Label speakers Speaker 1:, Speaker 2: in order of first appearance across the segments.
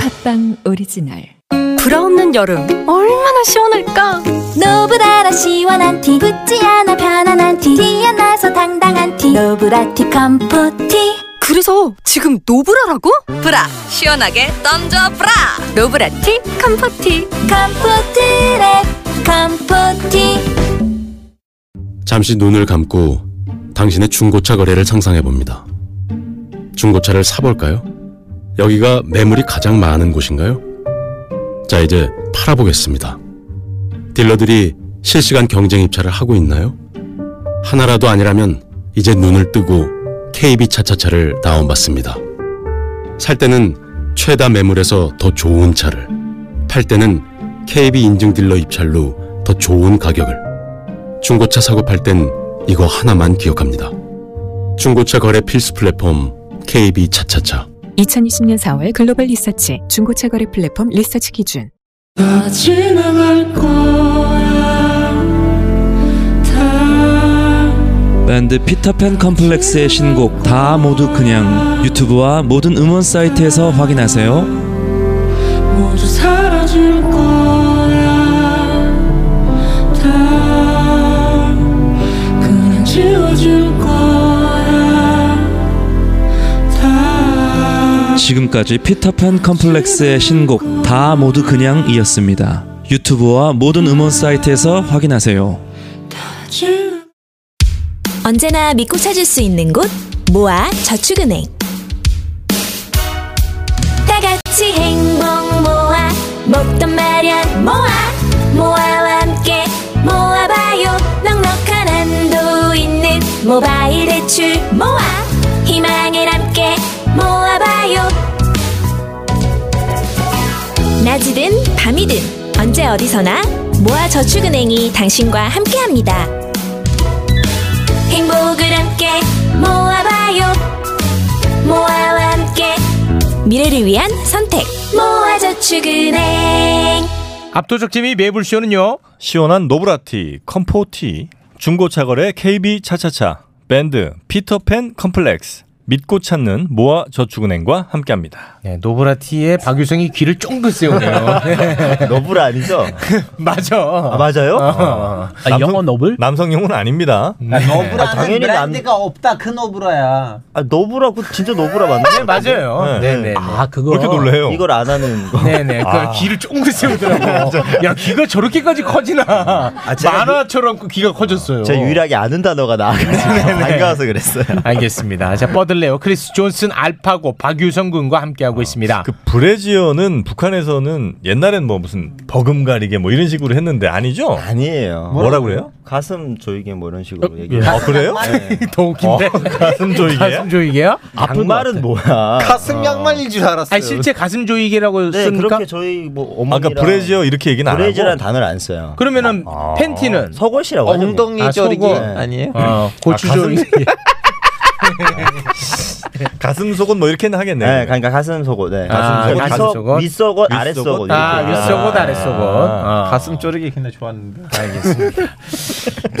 Speaker 1: 팟빵 오리지널
Speaker 2: 불어없는 여름 얼마나 시원할까
Speaker 3: 노브라라 시원한 티 굳지 않아 편안한 티 티안 나서 당당한 티 노브라 티 컴포티
Speaker 2: 그래서 지금 노브라라고? 브라 시원하게 던져 브라 노브라티 컴포티
Speaker 3: 컴포트랩 컴포티
Speaker 4: 잠시 눈을 감고 당신의 중고차 거래를 상상해 봅니다. 중고차를 사볼까요? 여기가 매물이 가장 많은 곳인가요? 자, 이제 팔아보겠습니다. 딜러들이 실시간 경쟁 입찰을 하고 있나요? 하나라도 아니라면 이제 눈을 뜨고 KB 차차차를 다운받습니다. 살 때는 최다 매물에서 더 좋은 차를, 팔 때는 KB 인증 딜러 입찰로 더 좋은 가격을, 중고차 사고 팔 땐 이거 하나만 기억합니다. 중고차 거래 필수 플랫폼 KB 차차차.
Speaker 1: 2020년 4월 글로벌 리서치 중고차 거래 플랫폼 리서치 기준
Speaker 5: 다 지나갈 거야 다
Speaker 6: 밴드 피터팬 컴플렉스의 신곡 다 모두 그냥 유튜브와 모든 음원 사이트에서 확인하세요.
Speaker 5: 모두 사라질 거야 다 그냥 지워질 거야 다
Speaker 6: 지금까지 피터팬 컴플렉스의 신곡 다 모두 그냥이었습니다. 유튜브와 모든 음원 사이트에서 확인하세요.
Speaker 5: 지나-
Speaker 3: 언제나 믿고 찾을 수 있는 곳 모아 저축은행 다 같이 행복 모아 먹던 마련 모아 모아와 함께 모아봐요 넉넉한 한도 있는 모바일 대출 모아 희망을 함께 모아봐요 낮이든 밤이든 언제 어디서나 모아 저축은행이 당신과 함께합니다. 행복을 함께 모아봐요 모아와 함께 미래를 위한 선택 모아저축은행
Speaker 7: 압도적 재미 매불쇼는요.
Speaker 8: 시원한 노브라티, 컴포티, 중고차 거래 KB 차차차, 밴드 피터팬 컴플렉스, 믿고 찾는 모아 저축은행과 함께합니다.
Speaker 9: 네, 노브라티의 박유성이 귀를 쫑긋 세우네요. 네.
Speaker 10: 너블 아니죠?
Speaker 9: 맞아.
Speaker 10: 아, 맞아요?
Speaker 9: 어. 음. 아, 영어 노블?
Speaker 8: 남성용은 아닙니다.
Speaker 10: 아, 당연히 남
Speaker 11: 없다 큰 오브라야.
Speaker 10: 아, 너브라고 진짜 너브라 맞나요?
Speaker 9: 맞아요.
Speaker 8: 네.
Speaker 9: 네, 네. 아, 그거.
Speaker 8: 왜 이렇게 놀래요? 아.
Speaker 10: 이걸 안 하는
Speaker 9: 네, 네.
Speaker 10: 아.
Speaker 9: 그 귀를 쫑긋 세우더라고. 야, 귀가 저렇게까지 커지나.
Speaker 10: 아, 제가
Speaker 9: 만화처럼 그 귀가 커졌어요.
Speaker 10: 제가 유일하게 아는 단어가 나와가지고 반가워서 그랬어요.
Speaker 9: 알겠습니다. 자, 뻗을래요. 크리스 존슨 알파고 박유성 군과 함께하고 있습니다.
Speaker 8: 그 브레지어는 북한에서는 옛날엔 뭐 무슨 버금가리게 뭐 이런 식으로 했는데 아니죠?
Speaker 10: 아니에요.
Speaker 8: 뭐라 그래요?
Speaker 10: 가슴 조이게 뭐 이런 식으로 얘기해요. 네.
Speaker 8: 아 그래요?
Speaker 9: 어, 예.
Speaker 8: 어,
Speaker 9: 더 웃긴데.
Speaker 8: 가슴 조이게요?
Speaker 9: 가슴 조이게요?
Speaker 10: 아픈 말은 뭐야?
Speaker 11: 가슴 양말인 줄 알았어요.
Speaker 9: 아, 실제 가슴 조이기라고
Speaker 10: 네,
Speaker 9: 쓰니까.
Speaker 10: 그렇게 저희 뭐 어머니랑
Speaker 8: 아까 브레지어 이렇게 얘기는 안 하고
Speaker 10: 브레지라는 단어를 안 써요.
Speaker 9: 그러면은 팬티는
Speaker 10: 서골시라고 하죠. 뭐.
Speaker 11: 엉덩이
Speaker 9: 아,
Speaker 11: 저리기
Speaker 9: 속옷.
Speaker 11: 아니에요?
Speaker 9: 어, 고추
Speaker 8: 아, 가슴-
Speaker 9: 조이기.
Speaker 8: 가슴 속은 뭐 이렇게는 하겠네요.
Speaker 10: 네, 그러니까 가슴 속옷. 네.
Speaker 9: 아,
Speaker 10: 가슴 속옷.
Speaker 9: 가슴
Speaker 10: 가슴
Speaker 9: 속옷.
Speaker 10: 속옷. 윗속옷, 아랫
Speaker 8: 윗속옷.
Speaker 10: 속옷.
Speaker 9: 아,
Speaker 10: 이렇게
Speaker 9: 윗속옷,
Speaker 10: 하나.
Speaker 9: 아래 속옷. 어.
Speaker 11: 가슴 쪼르기 근데 좋았는데.
Speaker 9: 알겠습니다.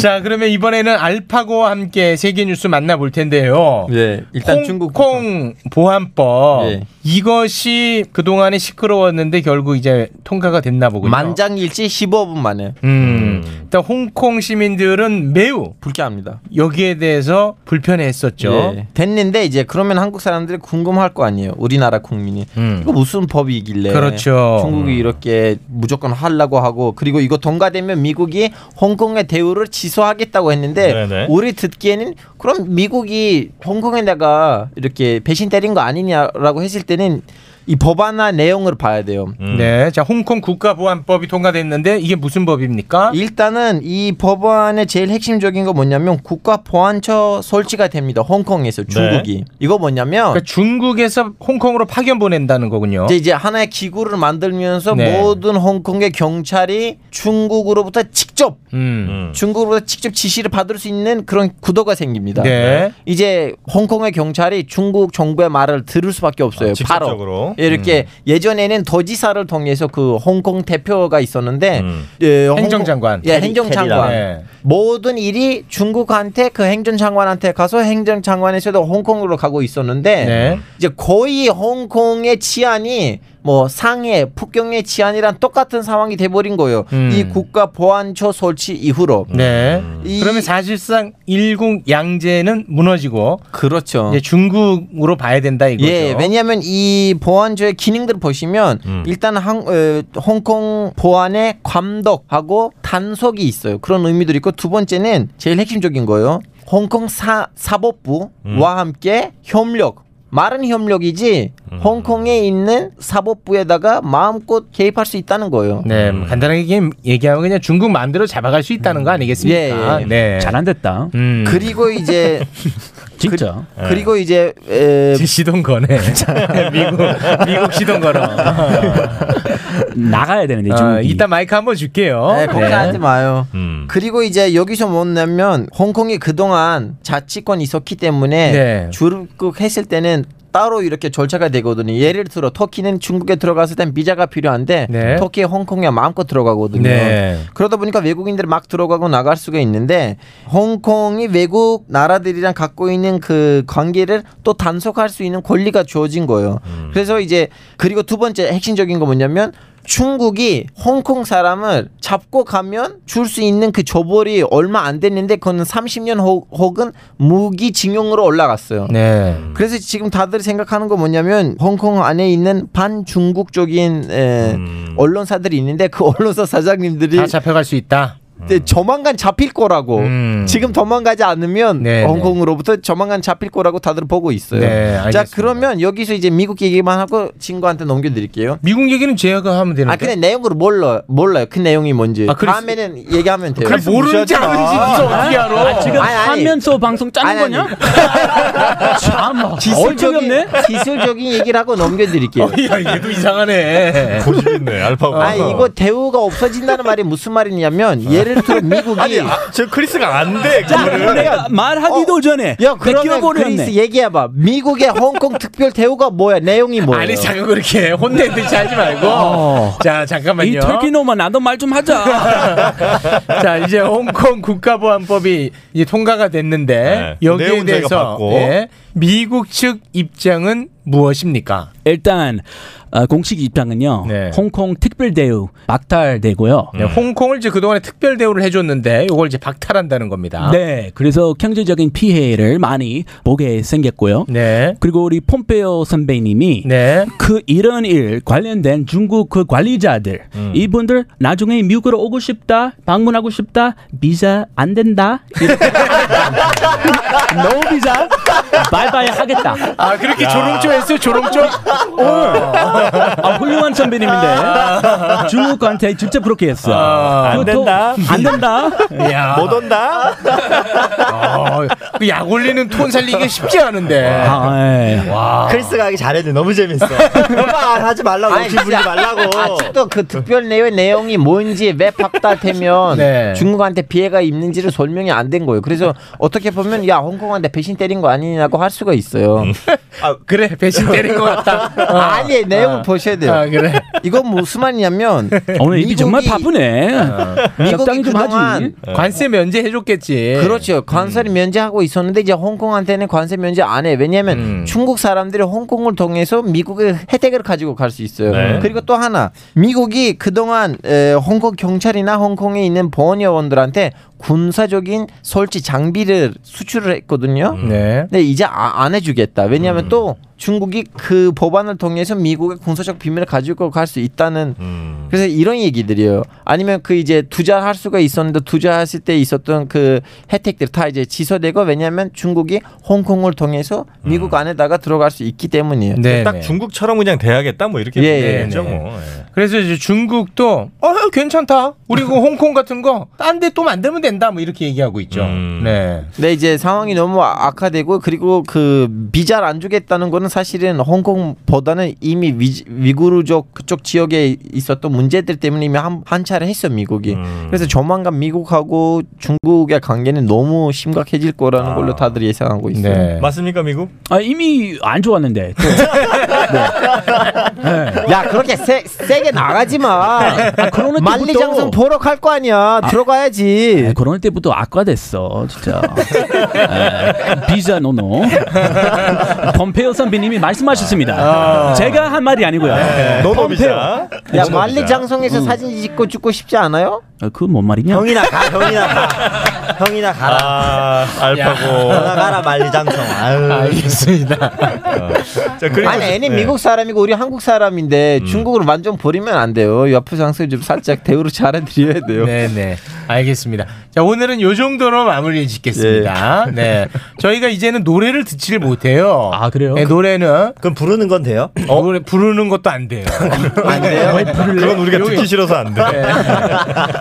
Speaker 9: 자, 그러면 이번에는 알파고와 함께 세계 뉴스 만나볼 텐데요.
Speaker 11: 예, 일단 중국
Speaker 9: 홍콩 보안법
Speaker 11: 예.
Speaker 9: 이것이 그동안에 시끄러웠는데 결국 이제 통과가 됐나 보군요.
Speaker 11: 만장일치 15분 만에
Speaker 9: 음. 일단 홍콩 시민들은 매우
Speaker 11: 불쾌합니다.
Speaker 9: 여기에 대해서 불편해했었죠. 네.
Speaker 11: 예. 됐는데 이제 그러면 한국 사람들이 궁금할 거 아니에요. 우리나라 국민이
Speaker 9: 음.
Speaker 11: 이거 무슨 법이길래
Speaker 9: 그렇죠.
Speaker 8: 음.
Speaker 11: 중국이 이렇게 무조건 하려고 하고 그리고 이거 통과되면 미국이 홍콩의 대우를 취소하겠다고 했는데
Speaker 8: 네네.
Speaker 11: 우리 듣기에는 그럼 미국이 홍콩에다가 이렇게 배신 때린 거 아니냐라고 했을 때는 이 법안화 내용을 봐야 돼요.
Speaker 8: 음.
Speaker 9: 네, 자 홍콩 국가보안법이 통과됐는데 이게 무슨 법입니까?
Speaker 11: 일단은 이 법안의 제일 핵심적인 거 뭐냐면 국가 보안처 설치가 됩니다. 홍콩에서
Speaker 8: 네.
Speaker 11: 중국이 이거 뭐냐면
Speaker 9: 그러니까 중국에서 홍콩으로 파견 보낸다는 거군요.
Speaker 11: 이제, 이제 하나의 기구를 만들면서
Speaker 9: 어? 네.
Speaker 11: 모든 홍콩의 경찰이 중국으로부터 직접
Speaker 9: 음.
Speaker 8: 음.
Speaker 11: 중국으로부터 직접 지시를 받을 수 있는 그런 구도가 생깁니다.
Speaker 9: 네.
Speaker 11: 이제 홍콩의 경찰이 중국 정부의 말을 들을 수밖에 없어요.
Speaker 8: 아,
Speaker 11: 바로
Speaker 8: 직접적으로.
Speaker 9: 그래요?
Speaker 11: 예, 이렇게 예전에는 도지사를 통해서 그 홍콩 대표가 있었는데 예, 홍콩-
Speaker 9: 음. 행정장관.
Speaker 11: 예,
Speaker 9: 캐리, 캐리랑.
Speaker 11: 행정장관
Speaker 9: 예.
Speaker 11: 모든 일이 중국한테 그 행정장관한테 가서 행정장관에서도 홍콩으로 가고 있었는데
Speaker 9: 네.
Speaker 11: 이제 거의 홍콩의 치안이 뭐 상해, 북경의 치안이랑 똑같은 상황이 돼버린 거예요.
Speaker 9: 음.
Speaker 11: 이 국가 보안처 설치 음. 이후로.
Speaker 9: 네.
Speaker 11: 그러면
Speaker 9: 사실상 10 양제는 무너지고
Speaker 11: 그렇죠.
Speaker 9: 이제 중국으로 봐야 된다 이거죠.
Speaker 11: 예, 왜냐하면 이 보안조의 기능들 을 보시면 일단 한, 에, 홍콩 보안의 감독하고 단속이 있어요. 그런 의미도 있고 두 번째는 제일 핵심적인 거예요. 홍콩 사, 사법부와 함께 협력. 말은 협력이지 홍콩에 있는 사법부에다가 마음껏 개입할 수 있다는 거예요.
Speaker 9: 네, 뭐 간단하게 얘기- 얘기하면 그냥 중국 마음대로 잡아갈 수 있다는 거 아니겠습니까?
Speaker 11: 예, 예.
Speaker 9: 네.
Speaker 11: 잘
Speaker 9: 안 됐다.
Speaker 11: 그리고 이제
Speaker 9: 진짜. 예.
Speaker 11: 그리고 이제 에...
Speaker 9: 제 시동 거네. 미국 미국 시동 걸어.
Speaker 12: 나가야 되는데
Speaker 9: 어,
Speaker 12: 네, 중국이. 음.
Speaker 9: 이따 마이크 한번 줄게요.
Speaker 11: 네, 걱정하지 마요. 그리고 이제 여기서 뭐냐면 홍콩이 그동안 자치권 이 있었기 때문에
Speaker 9: 네.
Speaker 11: 주립국 했을 때는 따로 이렇게 절차가 되거든요. 예를 들어 터키는 중국에 들어갔을 땐 비자가 필요한데
Speaker 9: 네.
Speaker 11: 터키에 홍콩에 마음껏 들어가거든요.
Speaker 9: 네.
Speaker 11: 그러다 보니까 외국인들이 막 들어가고 나갈 수가 있는데 홍콩이 외국 나라들이랑 갖고 있는 그 관계를 또 단속할 수 있는 권리가 주어진 거예요. 그래서 이제 그리고 두 번째 핵심적인 거 뭐냐면 중국이 홍콩 사람을 잡고 가면 줄 수 있는 그 조벌이 얼마 안 됐는데 그거는 30년 혹- 혹은 무기징용으로 올라갔어요.
Speaker 9: 네.
Speaker 11: 그래서 지금 다들 생각하는 거 뭐냐면 홍콩 안에 있는 반중국적인 에, 언론사들이 있는데 그 언론사 사장님들이
Speaker 9: 음. 다 잡혀갈 수 있다. 음.
Speaker 11: 네, 조만간 잡힐 거라고. 지금 도망가지 않으면
Speaker 9: 네,
Speaker 11: 홍콩으로부터 조만간 잡힐 거라고 다들 보고 있어요.
Speaker 9: 네,
Speaker 11: 자,
Speaker 9: 알겠습니다.
Speaker 11: 그러면 여기서 이제 미국 얘기만 하고 친구한테 넘겨드릴게요.
Speaker 9: 미국 얘기는 제가 하면 되는데.
Speaker 11: 아, 근데 내용을 몰라 몰라요. 그 내용이 뭔지.
Speaker 9: 아, 그리스-
Speaker 11: 다음에는 얘기하면 돼요.
Speaker 9: 그리스 모르는지 무시하지 마. 아는지 무슨 어떻게 알아?
Speaker 12: 아, 지금
Speaker 11: 아니, 아니.
Speaker 12: 화면 속 방송 짠
Speaker 11: 아니, 아니.
Speaker 12: 거냐? 참아.
Speaker 11: 기술적인 기술적인 얘기라고 넘겨드릴게요.
Speaker 9: 어, 야, 얘도 이상하네.
Speaker 8: 고집 있네 알파고.
Speaker 11: 아 이거 대우가 없어진다는 말이 무슨 말이냐면 예를 들어 미국이
Speaker 9: 아,
Speaker 8: 아, 저 크리스가 안
Speaker 9: 네,
Speaker 8: 돼.
Speaker 12: 자, 내가 말하기도 전에
Speaker 11: 어, 야
Speaker 12: 뺏겨
Speaker 11: 그러면
Speaker 12: 버렸네.
Speaker 11: 그리스 얘기해봐. 미국의 홍콩 특별 대우가 뭐야? 내용이 뭐야?
Speaker 9: 아니 자꾸 그렇게 혼내 듯이 하지 말고.
Speaker 12: 어.
Speaker 9: 자 잠깐만요.
Speaker 12: 이 털기놈아 나도 말 좀 하자.
Speaker 9: 자 이제 홍콩 국가보안법이 이제 통과가 됐는데
Speaker 12: 네.
Speaker 9: 여기에
Speaker 12: 내용 저희가
Speaker 9: 대해서
Speaker 12: 봤고.
Speaker 9: 예, 미국 측 입장은 무엇입니까?
Speaker 12: 일단 어, 공식 입장은요. 홍콩 특별 대우 박탈되고요.
Speaker 9: 네, 홍콩을 이제 그동안에 특별 대우를 해줬는데 이걸 이제 박탈한다는 겁니다.
Speaker 12: 네, 그래서 경제적인 피해를 많이 보게 생겼고요.
Speaker 9: 네.
Speaker 12: 그리고 우리 폼페오 선배님이 그 이런 일 관련된 중국 그 관리자들
Speaker 9: 음.
Speaker 12: 이분들 나중에 미국으로 오고 싶다, 방문하고 싶다, 비자 안 된다.
Speaker 11: 아.
Speaker 12: 노 비자 바이바이 하겠다.
Speaker 9: 아 그렇게 어, 조롱조 했어요 조롱조?
Speaker 12: 아, 훌륭한 선배님인데 중국한테 직접 그렇게 했어.
Speaker 9: 아, 안
Speaker 12: 그것도
Speaker 9: 된다.
Speaker 12: 안 된다.
Speaker 9: 이야. 못
Speaker 12: 온다.
Speaker 9: 어, 그약 올리는 톤 살리기 쉽지 않은데.
Speaker 8: 아, 예.
Speaker 9: 와.
Speaker 10: 크리스가 하기 잘했네. 너무 재밌어. 오빠 하지 말라고.
Speaker 11: 아. 아니,
Speaker 10: 욕심 부리지
Speaker 11: 진짜.
Speaker 10: 말라고.
Speaker 11: 아직도 그 특별 내용 내용이 뭔지 왜 박탈되면
Speaker 10: 네.
Speaker 11: 중국한테 피해가 있는지를 설명이 안 된 거예요. 그래서 어떻게 보면 야 홍콩한테 배신 때린 거 아니냐고 할 수가 있어요.
Speaker 10: 음.
Speaker 9: 아 그래 배신 때린 것 같다. 어.
Speaker 11: 아니 내용을
Speaker 9: 아.
Speaker 11: 보셔야 돼요.
Speaker 9: 아, 그래.
Speaker 11: 이건 무슨 말이냐면
Speaker 12: 오늘 입이 정말
Speaker 11: 미국이- 어.
Speaker 12: 바쁘네.
Speaker 11: 아. 미국이
Speaker 12: 적당히 좀 하지.
Speaker 11: 그동안
Speaker 9: 네. 관세 면제 해줬겠지.
Speaker 11: 그렇죠. 관세를 면제하고 있었는데 이제 홍콩한테는 관세 면제 안 해. 왜냐하면 중국 사람들이 홍콩을 통해서 미국의 혜택을 가지고 갈 수 있어요.
Speaker 10: 네.
Speaker 11: 그리고 또 하나, 미국이 그동안 에, 홍콩 경찰이나 홍콩에 있는 보안요원들한테 군사적인 설치 장비를 수출을 했거든요.
Speaker 9: 네.
Speaker 11: 근데 이제 아- 안 해주겠다. 왜냐하면 또 중국이 그 법안을 통해서 미국의 군사적 비밀을 가지고 갈 수 있다는 그래서 이런 얘기들이에요. 아니면 그 이제 투자할 수가 있었는데 투자했을 때 있었던 그 혜택들 다 이제 취소되고 왜냐하면 중국이 홍콩을 통해서 미국 안에다가 들어갈 수 있기 때문이에요.
Speaker 8: 네,
Speaker 9: 네,
Speaker 8: 딱 중국처럼 그냥 대하겠다 뭐 이렇게
Speaker 11: 예,
Speaker 8: 보면
Speaker 11: 예,
Speaker 8: 되죠
Speaker 11: 네.
Speaker 8: 뭐.
Speaker 9: 그래서 이제 중국도 어 괜찮다. 우리 그 홍콩 같은 거 딴 데 또 만들면 된다. 뭐 이렇게 얘기하고 있죠. 네.
Speaker 11: 근데 이제 상황이 너무 아- 악화되고 그리고 그 비자를 안 주겠다는 거는 사실은 홍콩보다는 이미 위, 위구르족 그쪽 지역에 있었던 문제들 때문에 이미 한, 한 차례 했어 미국이. 그래서 조만간 미국하고 중국의 관계는 너무 심각해질 거라는 걸로 다들 예상하고 있어요.
Speaker 12: 네.
Speaker 8: 맞습니까 미국?
Speaker 12: 아, 이미 안 좋았는데. 또. 네.
Speaker 11: 야 그렇게 세, 세게 나가지 마.
Speaker 12: 아, 때부터-
Speaker 11: 아, 만리장성 보러 갈 거 아니야. 들어가야지.
Speaker 12: 그런 때부터 악화됐어 진짜. 에, 비자 노노. 범페오 선배님이 말씀하셨습니다. 제가 한 말이 아니고요.
Speaker 11: 아. 네. 노노 비자. 야
Speaker 12: 그렇죠.
Speaker 11: 만리장성에서
Speaker 12: 음.
Speaker 11: 사진 찍고 죽고 싶지 않아요?
Speaker 12: 그뭔 말이냐?
Speaker 11: 형이나 가, 형이나 가. 형이나 가라.
Speaker 8: 아, 알파고.
Speaker 11: 야, 가라 만리장성. 아유.
Speaker 9: 알겠습니다.
Speaker 8: 아. 자, 그리고-
Speaker 11: 아니 애니
Speaker 8: 네.
Speaker 11: 미국 사람이고 우리 한국 사람인데 중국으로 완전 버리면 안 돼요. 옆에서 항상 좀 살짝 대우를 잘해드려야 돼요.
Speaker 9: 네네. 알겠습니다. 자 오늘은 요 정도로 마무리 짓겠습니다.
Speaker 11: 예.
Speaker 9: 네, 저희가 이제는 노래를 듣지를 못해요. 아
Speaker 12: 그래요?
Speaker 9: 노래는
Speaker 10: 그럼 부르는 건 돼요?
Speaker 9: 노래 부르는 것도 안 돼요. 안 돼요?
Speaker 8: 그건 우리가 듣기 싫어서 안 돼.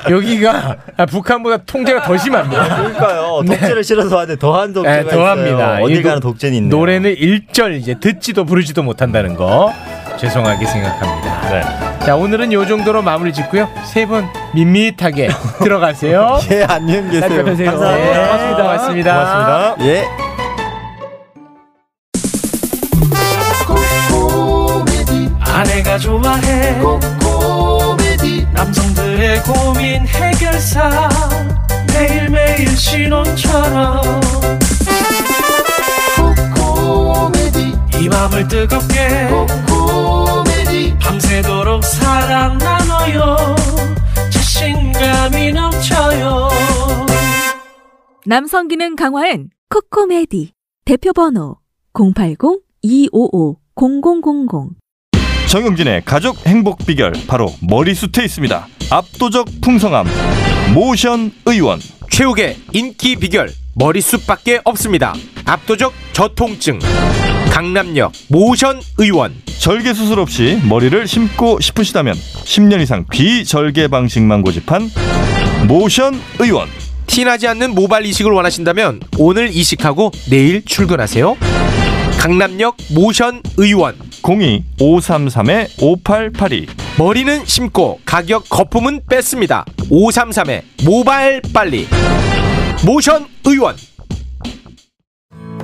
Speaker 9: 여기가 아, 북한보다 통제가 더 심합니다.
Speaker 10: 그러니까요. 독재를 싫어서 하는데 더한 독재가
Speaker 9: 네, 더합니다.
Speaker 10: 있어요. 어딜
Speaker 9: 이 노-
Speaker 10: 가나 독재는 있네요.
Speaker 9: 노래는 일절 이제 듣지도 부르지도 못한다는 거 죄송하게 생각합니다.
Speaker 10: 네.
Speaker 9: 자 오늘은 요 정도로 마무리 짓고요. 세 분 밋밋하게 들어가세요.
Speaker 10: 예, 안녕히 계세요.
Speaker 9: 잘 뵙으세요.
Speaker 10: 감사합니다.
Speaker 9: 예, 고맙습니다.
Speaker 10: 고맙습니다. 예.
Speaker 13: 아내가 좋아해 코코메디 남성들의 고민 해결사 매일매일 신혼처럼 코코메디 이 맘을 뜨겁게 코코메디 밤새도록 사랑 나눠요 자신감이 넘쳐요
Speaker 14: 남성 기능 강화엔 코코메디 대표 번호 080-255-0000
Speaker 8: 정용진의 가족 행복 비결 바로 머리숱에 있습니다. 압도적 풍성함 모션 의원
Speaker 9: 최욱의 인기 비결 머리숱밖에 없습니다. 압도적 저통증 강남역 모션 의원
Speaker 8: 절개 수술 없이 머리를 심고 싶으시다면 10년 이상 비절개 방식만 고집한 모션 의원
Speaker 9: 티나지 않는 모발 이식을 원하신다면 오늘 이식하고 내일 출근하세요. 강남역 모션 의원
Speaker 8: 02-533-5882
Speaker 9: 머리는 심고 가격 거품은 뺐습니다. 533의 모발 빨리 모션 의원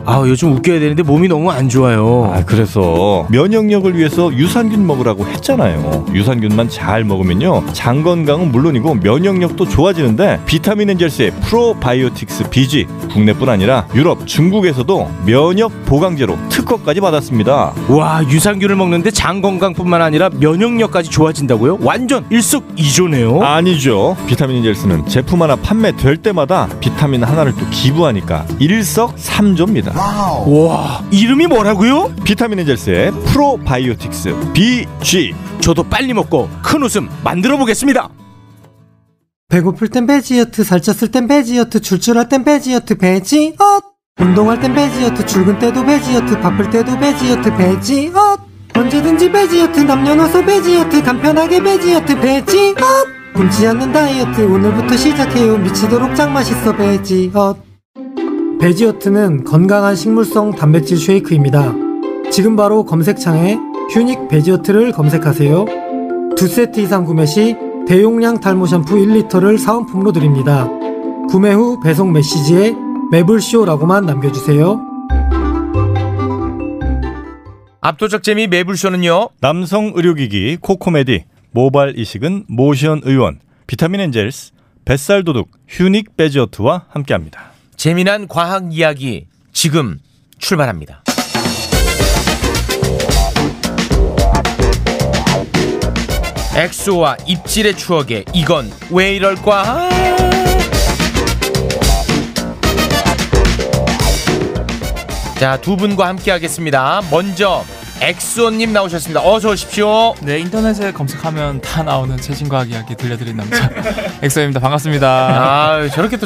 Speaker 9: 아 요즘 웃겨야 되는데 몸이 너무 안 좋아요.
Speaker 8: 아 그래서 면역력을 위해서 유산균 먹으라고 했잖아요. 유산균만 잘 먹으면요 장 건강은 물론이고 면역력도 좋아지는데 비타민 엔젤스의 프로바이오틱스 BG 국내뿐 아니라 유럽, 중국에서도 면역 보강제로 특허까지 받았습니다.
Speaker 9: 와 유산균을 먹는데 장 건강뿐만 아니라 면역력까지 좋아진다고요? 완전 일석이조네요.
Speaker 8: 아니죠. 비타민 엔젤스는 제품 하나 판매될 때마다 비타민 하나를 또 기부하니까 일석삼조입니다.
Speaker 9: 와 이름이 뭐라고요?
Speaker 8: 비타민 엔젤스의 프로바이오틱스 BG.
Speaker 9: 저도 빨리 먹고 큰 웃음 만들어 보겠습니다.
Speaker 15: 배고플 땐 베지어트, 살쪘을 땐 베지어트, 출출할 땐 베지어트, 베지엇! 운동할 땐 베지어트, 출근 때도 베지어트, 바쁠 때도 베지어트, 베지엇! 언제든지 베지어트, 남녀노소 베지어트, 간편하게 베지어트, 베지엇! 굶지 않는 다이어트, 오늘부터 시작해요. 미치도록 짱 맛있어, 베지엇! 베지어트는 건강한 식물성 단백질 쉐이크입니다. 지금 바로 검색창에 휴닉 베지어트를 검색하세요. 두 세트 이상 구매 시 대용량 탈모 샴푸 1리터를 사은품으로 드립니다. 구매 후 배송 메시지에 매불쇼라고만 남겨주세요.
Speaker 9: 압도적 재미 매불쇼는요.
Speaker 8: 남성 의료기기 코코메디, 모발 이식은 모션 의원, 비타민 엔젤스, 뱃살 도둑 휴닉 베지어트와 함께합니다.
Speaker 9: 재미난 과학 이야기 지금 음, 출발합니다. 엑소와 입질의 추억에 이건 왜 이럴까? 자, 두 분과 함께 하겠습니다. 먼저 엑소님 나오셨습니다. 어서 오십시오.
Speaker 16: 네, 인터넷에 검색하면 다 나오는 최신 과학 이야기 들려드린 남자 엑소입니다. 반갑습니다.
Speaker 9: 아, 저렇게 또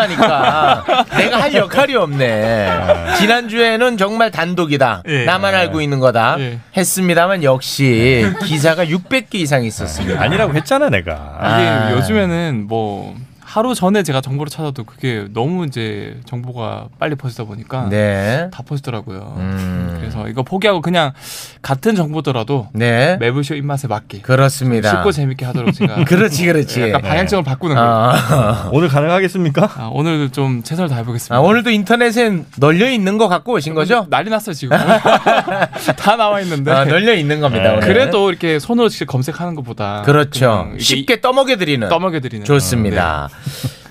Speaker 9: 하니까 내가 할 역할이 없네. 지난주에는 정말 단독이다.
Speaker 16: 예.
Speaker 9: 나만 알고 있는 거다. 했습니다만 역시 기사가 600개 이상이 있었습니다.
Speaker 8: 아니라고 했잖아, 내가.
Speaker 16: 이게 요즘에는 뭐 하루 전에 제가 정보를 찾아도 그게 너무 이제 정보가 빨리 퍼지다 보니까
Speaker 9: 네. 음.
Speaker 16: 다 퍼지더라고요. 그래서 이거 포기하고 그냥 같은 정보더라도
Speaker 9: 네.
Speaker 16: 매블쇼 입맛에 맞게
Speaker 9: 그렇습니다.
Speaker 16: 쉽고 재밌게 하도록 제가
Speaker 9: 그렇지, 그렇지.
Speaker 16: 약간 방향성을
Speaker 9: 네.
Speaker 16: 바꾸는
Speaker 9: 아.
Speaker 16: 거예요.
Speaker 8: 오늘 가능하겠습니까?
Speaker 16: 오늘 좀 최선을 다해보겠습니다.
Speaker 9: 아, 오늘도 인터넷엔 널려 있는 거 갖고 오신 거죠?
Speaker 16: 음, 난리 났어요, 지금. 다 나와 있는데
Speaker 9: 아, 널려 있는
Speaker 8: 네.
Speaker 9: 겁니다. 오늘.
Speaker 16: 그래도 이렇게 손으로 직접 검색하는 것보다
Speaker 9: 그렇죠.
Speaker 16: 그냥 이게
Speaker 9: 쉽게 떠먹여드리는.
Speaker 16: 떠먹여드리는.
Speaker 9: 좋습니다.
Speaker 16: 네.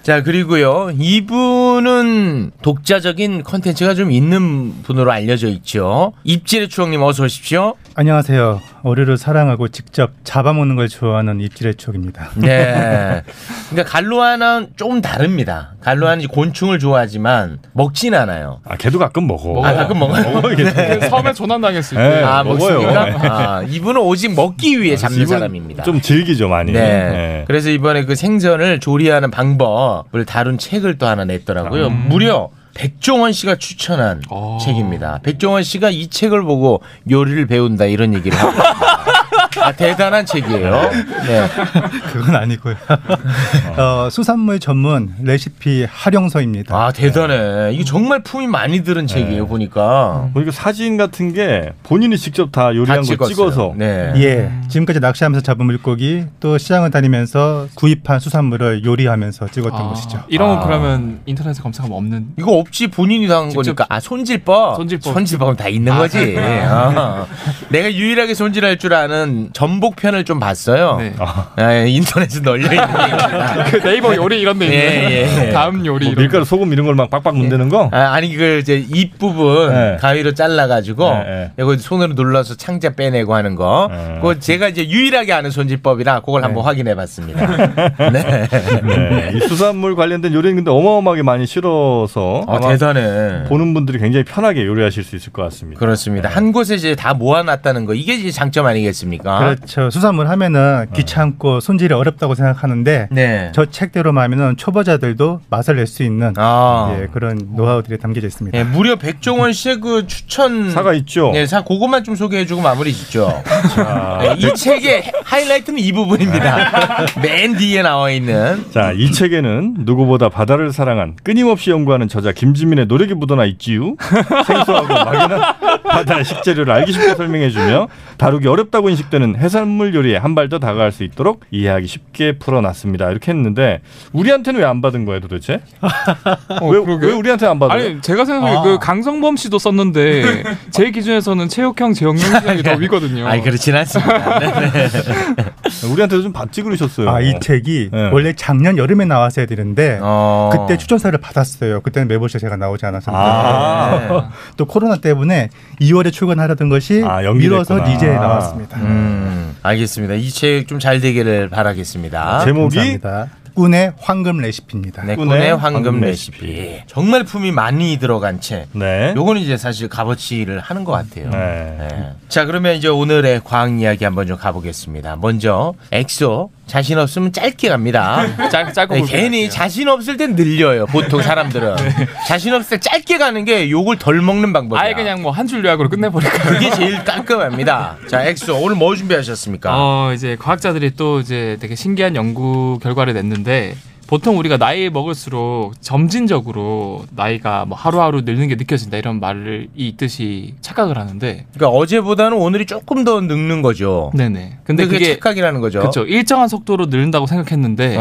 Speaker 9: 자, 그리고요. 이분은 독자적인 컨텐츠가 좀 있는 분으로 알려져 있죠. 입질의 추억님 어서 오십시오.
Speaker 17: 안녕하세요. 어류를 사랑하고 직접 잡아먹는 걸 좋아하는 입질의 추억입니다.
Speaker 9: 네. 그러니까 갈로아는 좀 다릅니다. 갈로아는 이제 곤충을 좋아하지만 먹진 않아요.
Speaker 18: 아, 걔도 가끔 먹어.
Speaker 9: 아, 가끔 먹어요.
Speaker 16: 그 섬에 조난당했을 때.
Speaker 9: 네, 아, 먹습니까? 아,
Speaker 16: 네.
Speaker 9: 이분은 오직 먹기 위해 잡는
Speaker 8: 이분
Speaker 9: 사람입니다.
Speaker 8: 좀 즐기죠 많이.
Speaker 9: 네. 그래서 이번에 그 생선을 조리하는 방법을 다룬 책을 또 하나 냈더라고요. 무려 백종원 씨가 추천한
Speaker 16: 아.
Speaker 9: 책입니다. 백종원 씨가 이 책을 보고 요리를 배운다 이런 얘기를 하고 있습니다. 아, 대단한 책이에요. 네.
Speaker 17: 그건 아니고요. 어, 수산물 전문 레시피 활용서입니다. 네.
Speaker 9: 아 대단해. 이게 정말 품이 많이 들은 책이에요 보니까.
Speaker 8: 네. 보니까 사진 같은 게 본인이 직접 다
Speaker 17: 다
Speaker 8: 요리한 거
Speaker 17: 찍었어요.
Speaker 8: 찍어서.
Speaker 9: 네.
Speaker 17: 예, 지금까지 낚시하면서 잡은 물고기 또 시장을 다니면서 구입한 수산물을 요리하면서 찍었던 것이죠.
Speaker 16: 아, 이런
Speaker 10: 아.
Speaker 16: 건 그러면 인터넷에 검색하면 없는.
Speaker 9: 이거 없이 본인이 다 한 거니까 아 손질법 손질법 손질법은 다 있는
Speaker 16: 아,
Speaker 9: 거지.
Speaker 16: 그렇구나.
Speaker 9: 어. 내가 유일하게 손질할 줄 아는 전복편을 좀 봤어요. 아, 인터넷에 널려 있는
Speaker 16: 네.
Speaker 9: 예,
Speaker 16: 그 네이버 요리 이런 데 있는. 다음 요리. 이런
Speaker 8: 뭐 밀가루 소금 이런 걸 막 빡빡 문대는 거?
Speaker 9: 아, 니그 이제 입 부분
Speaker 8: 네.
Speaker 9: 가위로 잘라가지고
Speaker 8: 네, 네.
Speaker 9: 이거 손으로 눌러서 창자 빼내고 하는 거.
Speaker 8: 예.
Speaker 9: 그거 제가 이제 유일하게 아는 손질법이라 그걸 한번 확인해봤습니다. 네.
Speaker 8: 네. 이 수산물 관련된 요리는 근데 어마어마하게 많이 실어서
Speaker 9: 아,
Speaker 8: 아마
Speaker 9: 대단해.
Speaker 8: 보는 분들이 굉장히 편하게 요리하실 수 있을 것 같습니다. 네.
Speaker 9: 그렇습니다. 한 곳에 이제 다 모아놨다는 거 이게 이제 장점 아니겠습니까? 어.
Speaker 17: 그렇죠. 수산물 하면은 귀찮고 손질이 어렵다고 생각하는데
Speaker 9: 네.
Speaker 17: 저 책대로만 하면은 초보자들도 맛을 낼 수 있는
Speaker 9: 아.
Speaker 17: 예, 그런 노하우들이 담겨져 있습니다.
Speaker 9: 예, 무려 백종원 씨의 그 추천
Speaker 17: 사가 있죠?
Speaker 9: 예, 사 그것만 좀 소개해주고 마무리 짓죠.
Speaker 8: 자,
Speaker 9: 예, 이 책의 하이라이트는 이 부분입니다. 맨 뒤에 나와 있는
Speaker 8: 자, 이 책에는 누구보다 바다를 사랑한 끊임없이 연구하는 저자 김지민의 노력이 묻어나 있지요. 생소하고 막연한 바다 식재료를 알기 쉽게 설명해주며 다루기 어렵다고 인식되는 해산물 요리에 한 발 더 다가갈 수 있도록 이해하기 쉽게 풀어놨습니다. 이렇게 했는데 우리한테는 왜 안 받은 거예요, 도대체? 왜, 왜 우리한테 안 받아요?
Speaker 16: 아니 제가 생각해
Speaker 8: 아.
Speaker 16: 아. 그 강성범 씨도 썼는데 제 기준에서는 체육형 재영용 씨이 더 위거든요.
Speaker 9: 아니, 그렇진 않습니다.
Speaker 8: 우리한테도 좀 밥
Speaker 9: 네.
Speaker 8: 찌그리셨어요.
Speaker 17: 아, 이 책이 원래 작년 여름에 나왔어야 되는데
Speaker 9: 어.
Speaker 17: 그때 추천사를 받았어요. 그때는 매보쇼 제가 나오지 않았었는데
Speaker 8: 아.
Speaker 17: 또 코로나 때문에 2월에 출간하려던 것이 미뤄서
Speaker 9: 아, 연기됐구나.
Speaker 17: 이제 나왔습니다.
Speaker 9: 음, 알겠습니다. 이 책 좀 잘 되기를 바라겠습니다.
Speaker 17: 아, 감사합니다. 꾼의 황금 레시피입니다.
Speaker 9: 아, 네, 꾼의 황금 레시피. 예, 정말 품이 많이 들어간 책.
Speaker 8: 네.
Speaker 9: 요거는 이제 사실 값어치를 하는 것 같아요. 네. 자, 그러면 이제 오늘의 과학 이야기 한번 좀 가보겠습니다. 먼저 엑소 자신 없으면 짧게 갑니다.
Speaker 16: 짧, 짧고
Speaker 9: 네,
Speaker 16: 굵게
Speaker 9: 괜히 자신 없을 땐 늘려요. 보통 사람들은 자신 없을 때 짧게 가는 게 욕을 덜 먹는 방법이야.
Speaker 16: 네. 아예 그냥 뭐 한 줄 요약으로 끝내버릴까.
Speaker 9: 그게 제일 깔끔합니다. 자, 엑소 오늘 뭐 준비하셨습니까?
Speaker 16: 어 이제 과학자들이 또 이제 되게 신기한 연구 결과를 냈는데 보통 우리가 나이 먹을수록 점진적으로 나이가 뭐 하루하루 늘는 게 느껴진다 이런 말을 이 있듯이 착각을 하는데
Speaker 9: 그러니까 어제보다는 오늘이 조금 더 늙는 거죠.
Speaker 16: 네네.
Speaker 9: 근데,
Speaker 16: 근데
Speaker 9: 그게,
Speaker 16: 그게
Speaker 9: 착각이라는 거죠. 어.
Speaker 16: 그렇죠. 일정한 속도로 늘린다고 생각했는데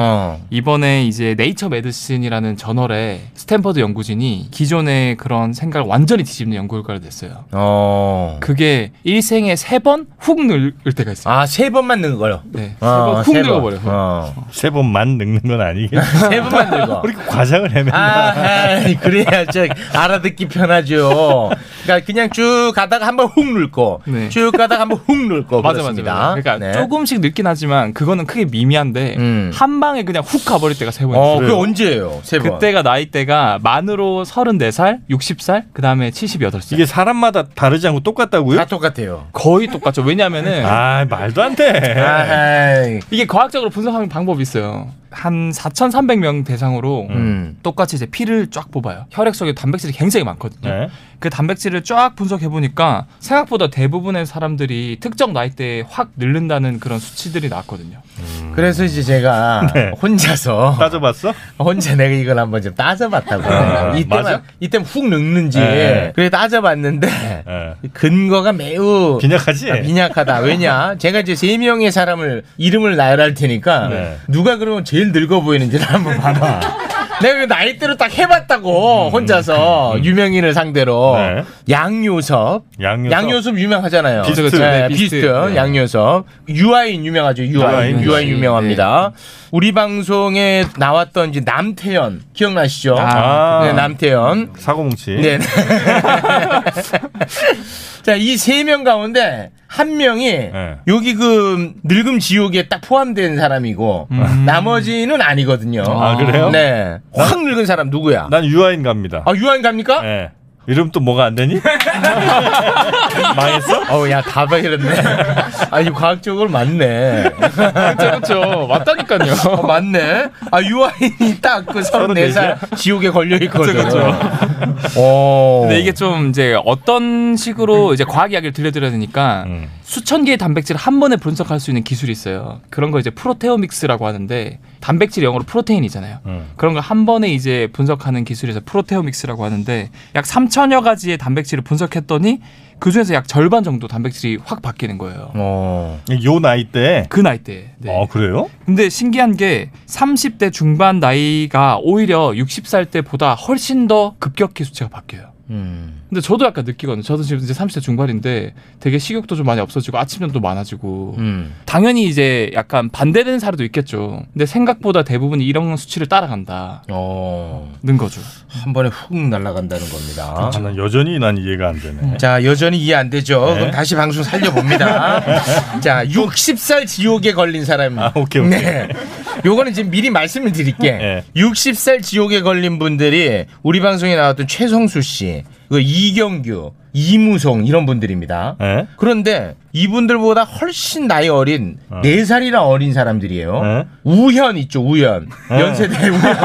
Speaker 16: 이번에 이제 네이처 메디신이라는 저널에 스탠퍼드 연구진이 기존의 그런 생각을 완전히 뒤집는 연구 결과를 냈어요.
Speaker 9: 어.
Speaker 16: 그게 일생에 세 번 훅 늘 때가 있어요.
Speaker 9: 아, 세 번만 늙는 거요?
Speaker 16: 네.
Speaker 9: 어,
Speaker 16: 세번 훅
Speaker 9: 세 번.
Speaker 16: 늙어버려요. 훅.
Speaker 8: 세 번만 늙는 건 아니겠죠?
Speaker 9: 세 번만 늙어.
Speaker 8: 그렇게 과장을
Speaker 9: 아,
Speaker 8: 헤맨다.
Speaker 9: 아이, 그래야 저 알아듣기 편하죠. 그러니까 그냥 쭉 가다가 한번 훅 늙고,
Speaker 16: 네.
Speaker 9: 쭉 가다가 한번 훅 늙고
Speaker 16: 맞아, 맞아,
Speaker 9: 그렇습니다.
Speaker 16: 맞아. 그러니까
Speaker 9: 네. 음.
Speaker 16: 조금씩 늙긴 하지만 그거는 크게 미미한데 한 방에 그냥 훅 가버릴 때가 세 번.
Speaker 9: 어,
Speaker 16: 있어요.
Speaker 9: 그게 언제예요? 세 번.
Speaker 16: 그때가 나이대가 만으로 34살, 60살, 그 다음에 78살.
Speaker 8: 이게 사람마다 다르지 않고 똑같다고요? 다
Speaker 9: 똑같아요.
Speaker 16: 거의 똑같죠. 왜냐면은
Speaker 8: 아 말도 안 돼.
Speaker 16: 이게 과학적으로 분석하는 방법이 있어요. 한 4,300명 대상으로
Speaker 9: 음.
Speaker 16: 똑같이 이제 피를 쫙 뽑아요. 혈액 속에 단백질이 굉장히 많거든요. 그 단백질을 쫙 분석해 보니까 생각보다 대부분의 사람들이 특정 나이대에 확 늘는다는 그런 수치들이 나왔거든요.
Speaker 9: 그래서 이제 제가 혼자서
Speaker 8: 네. 따져봤어?
Speaker 9: 혼자 내가 이걸 한번 좀 따져봤다고
Speaker 7: 아, 맞아?
Speaker 9: 네. 이때만 이때 훅 늙는지
Speaker 8: 네.
Speaker 9: 네.
Speaker 7: 예.
Speaker 9: 그래 따져봤는데 근거가 매우
Speaker 8: 빈약하지?
Speaker 9: 아, 빈약하다 왜냐 제가 이제 세 명의 사람을 이름을 나열할 테니까
Speaker 7: 네.
Speaker 9: 누가 그러면 제일 늙어 보이는지를 한번 봐봐 내가 그 나이대로 딱
Speaker 8: 음,
Speaker 9: 해봤다고 혼자서 유명인을 상대로 양요섭
Speaker 8: 네. 양요섭.
Speaker 9: 양요섭 유명하잖아요
Speaker 8: 비스트.
Speaker 9: 그죠?
Speaker 8: 네,
Speaker 9: 네,
Speaker 8: 비스트.
Speaker 9: 비스트,
Speaker 8: 네.
Speaker 9: 양요섭 유아인 유명하죠
Speaker 8: 유아인 네.
Speaker 9: 유아인
Speaker 8: 씨.
Speaker 9: 유아인 유명합니다 우리 방송에 나왔던 이제 남태현 기억나시죠
Speaker 8: 아.
Speaker 9: 네, 남태현
Speaker 8: 사고뭉치
Speaker 9: 네. 자, 이 세 명 가운데 한 명이 여기 그 늙음 지옥에 딱 포함된 사람이고 나머지는 아니거든요.
Speaker 8: 아, 그래요?
Speaker 9: 어, 네. 확 늙은 사람 누구야?
Speaker 8: 난 유아인 갑니다.
Speaker 9: 아, 유아인 갑니까?
Speaker 8: 네. 이름 또 뭐가 안 되니? 망했어?
Speaker 9: 어우, 야, 다 바이랬네. 아, 이거 과학적으로 맞네.
Speaker 16: 그렇죠. 맞다니까요.
Speaker 9: 어, 맞네. 아, 유아인이 딱 그 34살 지옥에 걸려있거든.
Speaker 16: 근데 이게 좀 이제 어떤
Speaker 8: 음.
Speaker 16: 식으로 이제 과학 이야기를 들려드려야 되니까 수천 개의 단백질을 한 번에 분석할 수 있는 기술이 있어요. 그런 거 이제 프로테오믹스라고 하는데 단백질 영어로 프로테인이잖아요.
Speaker 8: 음.
Speaker 16: 그런 걸 한 번에 이제 분석하는 기술에서 프로테오믹스라고 하는데 약 3천여 가지의 단백질을 분석했더니 그 중에서 약 절반 정도 단백질이 확 바뀌는 거예요.
Speaker 9: 어.
Speaker 8: 음. 요 나이 때?
Speaker 16: 그 나이 때.
Speaker 8: 아, 그래요?
Speaker 16: 근데 신기한 게 30대 중반 나이가 오히려 60살 때보다 훨씬 더 급격히 수치가 바뀌어요.
Speaker 9: 음.
Speaker 16: 근데 저도 약간 느끼거든요. 저도 지금 이제 30대 중반인데 되게 식욕도 좀 많이 없어지고 아침잠도 많아지고
Speaker 9: 음.
Speaker 16: 당연히 이제 약간 반대되는 사례도 있겠죠. 근데 생각보다 대부분이 이런 수치를 따라간다. 는 거죠.
Speaker 9: 어. 한 번에 훅 날아간다는 겁니다. 음.
Speaker 8: 아, 난 여전히 난 이해가 안 되네.
Speaker 9: 자, 여전히 이해 안 되죠.
Speaker 8: 네.
Speaker 9: 그럼 다시 방송 살려봅니다. 자, 60살 지옥에 걸린 사람. 아,
Speaker 8: 오케이, 오케이. 네.
Speaker 9: 요거는 지금 미리 말씀을 드릴게. 60살 지옥에 걸린 분들이 우리 방송에 나왔던 최성수 씨, 그 이경규, 이무송 이런 분들입니다.
Speaker 8: 네.
Speaker 9: 그런데 이분들보다 훨씬 나이 어린 네 4살이나 어린 사람들이에요.
Speaker 8: 네.
Speaker 9: 우현 있죠, 우현.
Speaker 7: 네.
Speaker 9: 연세대 우현.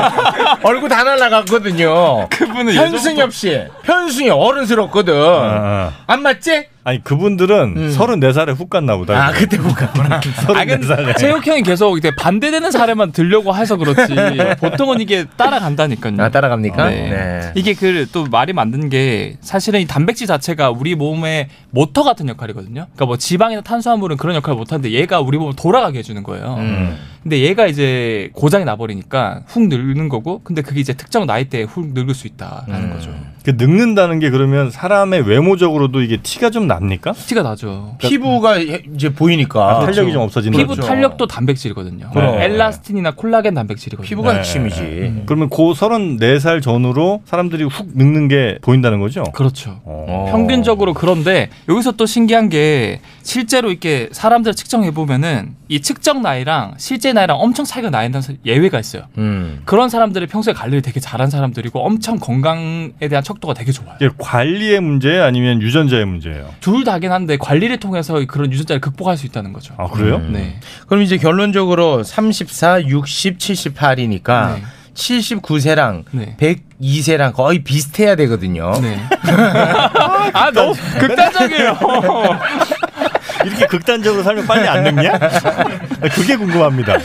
Speaker 9: 얼굴 다 날라갔거든요.
Speaker 8: 음.
Speaker 16: 그분은
Speaker 9: 현승엽 씨. 현승이 네, 어른스럽거든. 안 맞지?
Speaker 8: 아, 아니 그분들은
Speaker 16: 음.
Speaker 8: 34살에 훅 갔나 보다.
Speaker 9: 아, 그때 훅 갔구나.
Speaker 8: 아, 근데
Speaker 16: 체육 형이 계속 이제 반대되는 사례만 들려고 해서 그렇지 보통은 이게 따라간다니까요.
Speaker 9: 아, 따라갑니까? 네.
Speaker 16: 이게 그 또 말이 맞는 게 사실은 이 단백질 자체가 우리 몸의 모터 같은 역할이거든요. 그러니까 뭐 지방이나 탄수화물은 그런 역할을 못 하는데 얘가 우리 몸을 돌아가게 해주는 거예요.
Speaker 8: 음.
Speaker 9: 음.
Speaker 16: 근데 얘가 이제 고장이 나버리니까 훅 늙는 거고 근데 그게 이제 특정 나이대에 훅 늙을 수 있다라는
Speaker 9: 음.
Speaker 16: 거죠.
Speaker 9: 그러니까
Speaker 8: 그 늙는다는 게 그러면 사람의 외모적으로도 이게 티가 좀 납니까? 그러니까 아,
Speaker 16: 티가 나죠.
Speaker 9: 피부가
Speaker 16: 네.
Speaker 9: 이제 보이니까 그렇죠.
Speaker 8: 탄력이 좀 없어진다.
Speaker 16: 피부 탄력도 단백질이거든요.
Speaker 8: 그럼.
Speaker 9: 네.
Speaker 8: 네.
Speaker 16: 엘라스틴이나 콜라겐 단백질이거든요. 네,
Speaker 8: 그러면 그 34살 전후로 사람들이 훅 늙는 게 보인다는 거죠? 어.
Speaker 16: 그렇죠. 평균적으로 그런데 여기서 또 신기한 게 실제로 이렇게 사람들 측정해 보면은 이 측정 나이랑 실제 나이랑 엄청 차이가 나는 예외가 있어요.
Speaker 9: 음.
Speaker 16: 그런 사람들이 평소에 관리를 되게 잘한 사람들이고 엄청 건강에 대한 척도가 되게 좋아요.
Speaker 8: 이게 관리의 문제 아니면 유전자의 문제예요?
Speaker 16: 둘 다긴 한데 관리를 통해서 그런 유전자를 극복할 수 있다는 거죠.
Speaker 8: 아 그래요?
Speaker 16: 네.
Speaker 9: 음. 그럼 이제 결론적으로 34, 60, 78이니까
Speaker 8: 네.
Speaker 9: 79세랑 102세랑 거의 비슷해야 되거든요.
Speaker 8: 네.
Speaker 16: 아 너무 극단적이에요.
Speaker 8: 이렇게 극단적으로 살면 빨리 안 늙냐? 그게 궁금합니다.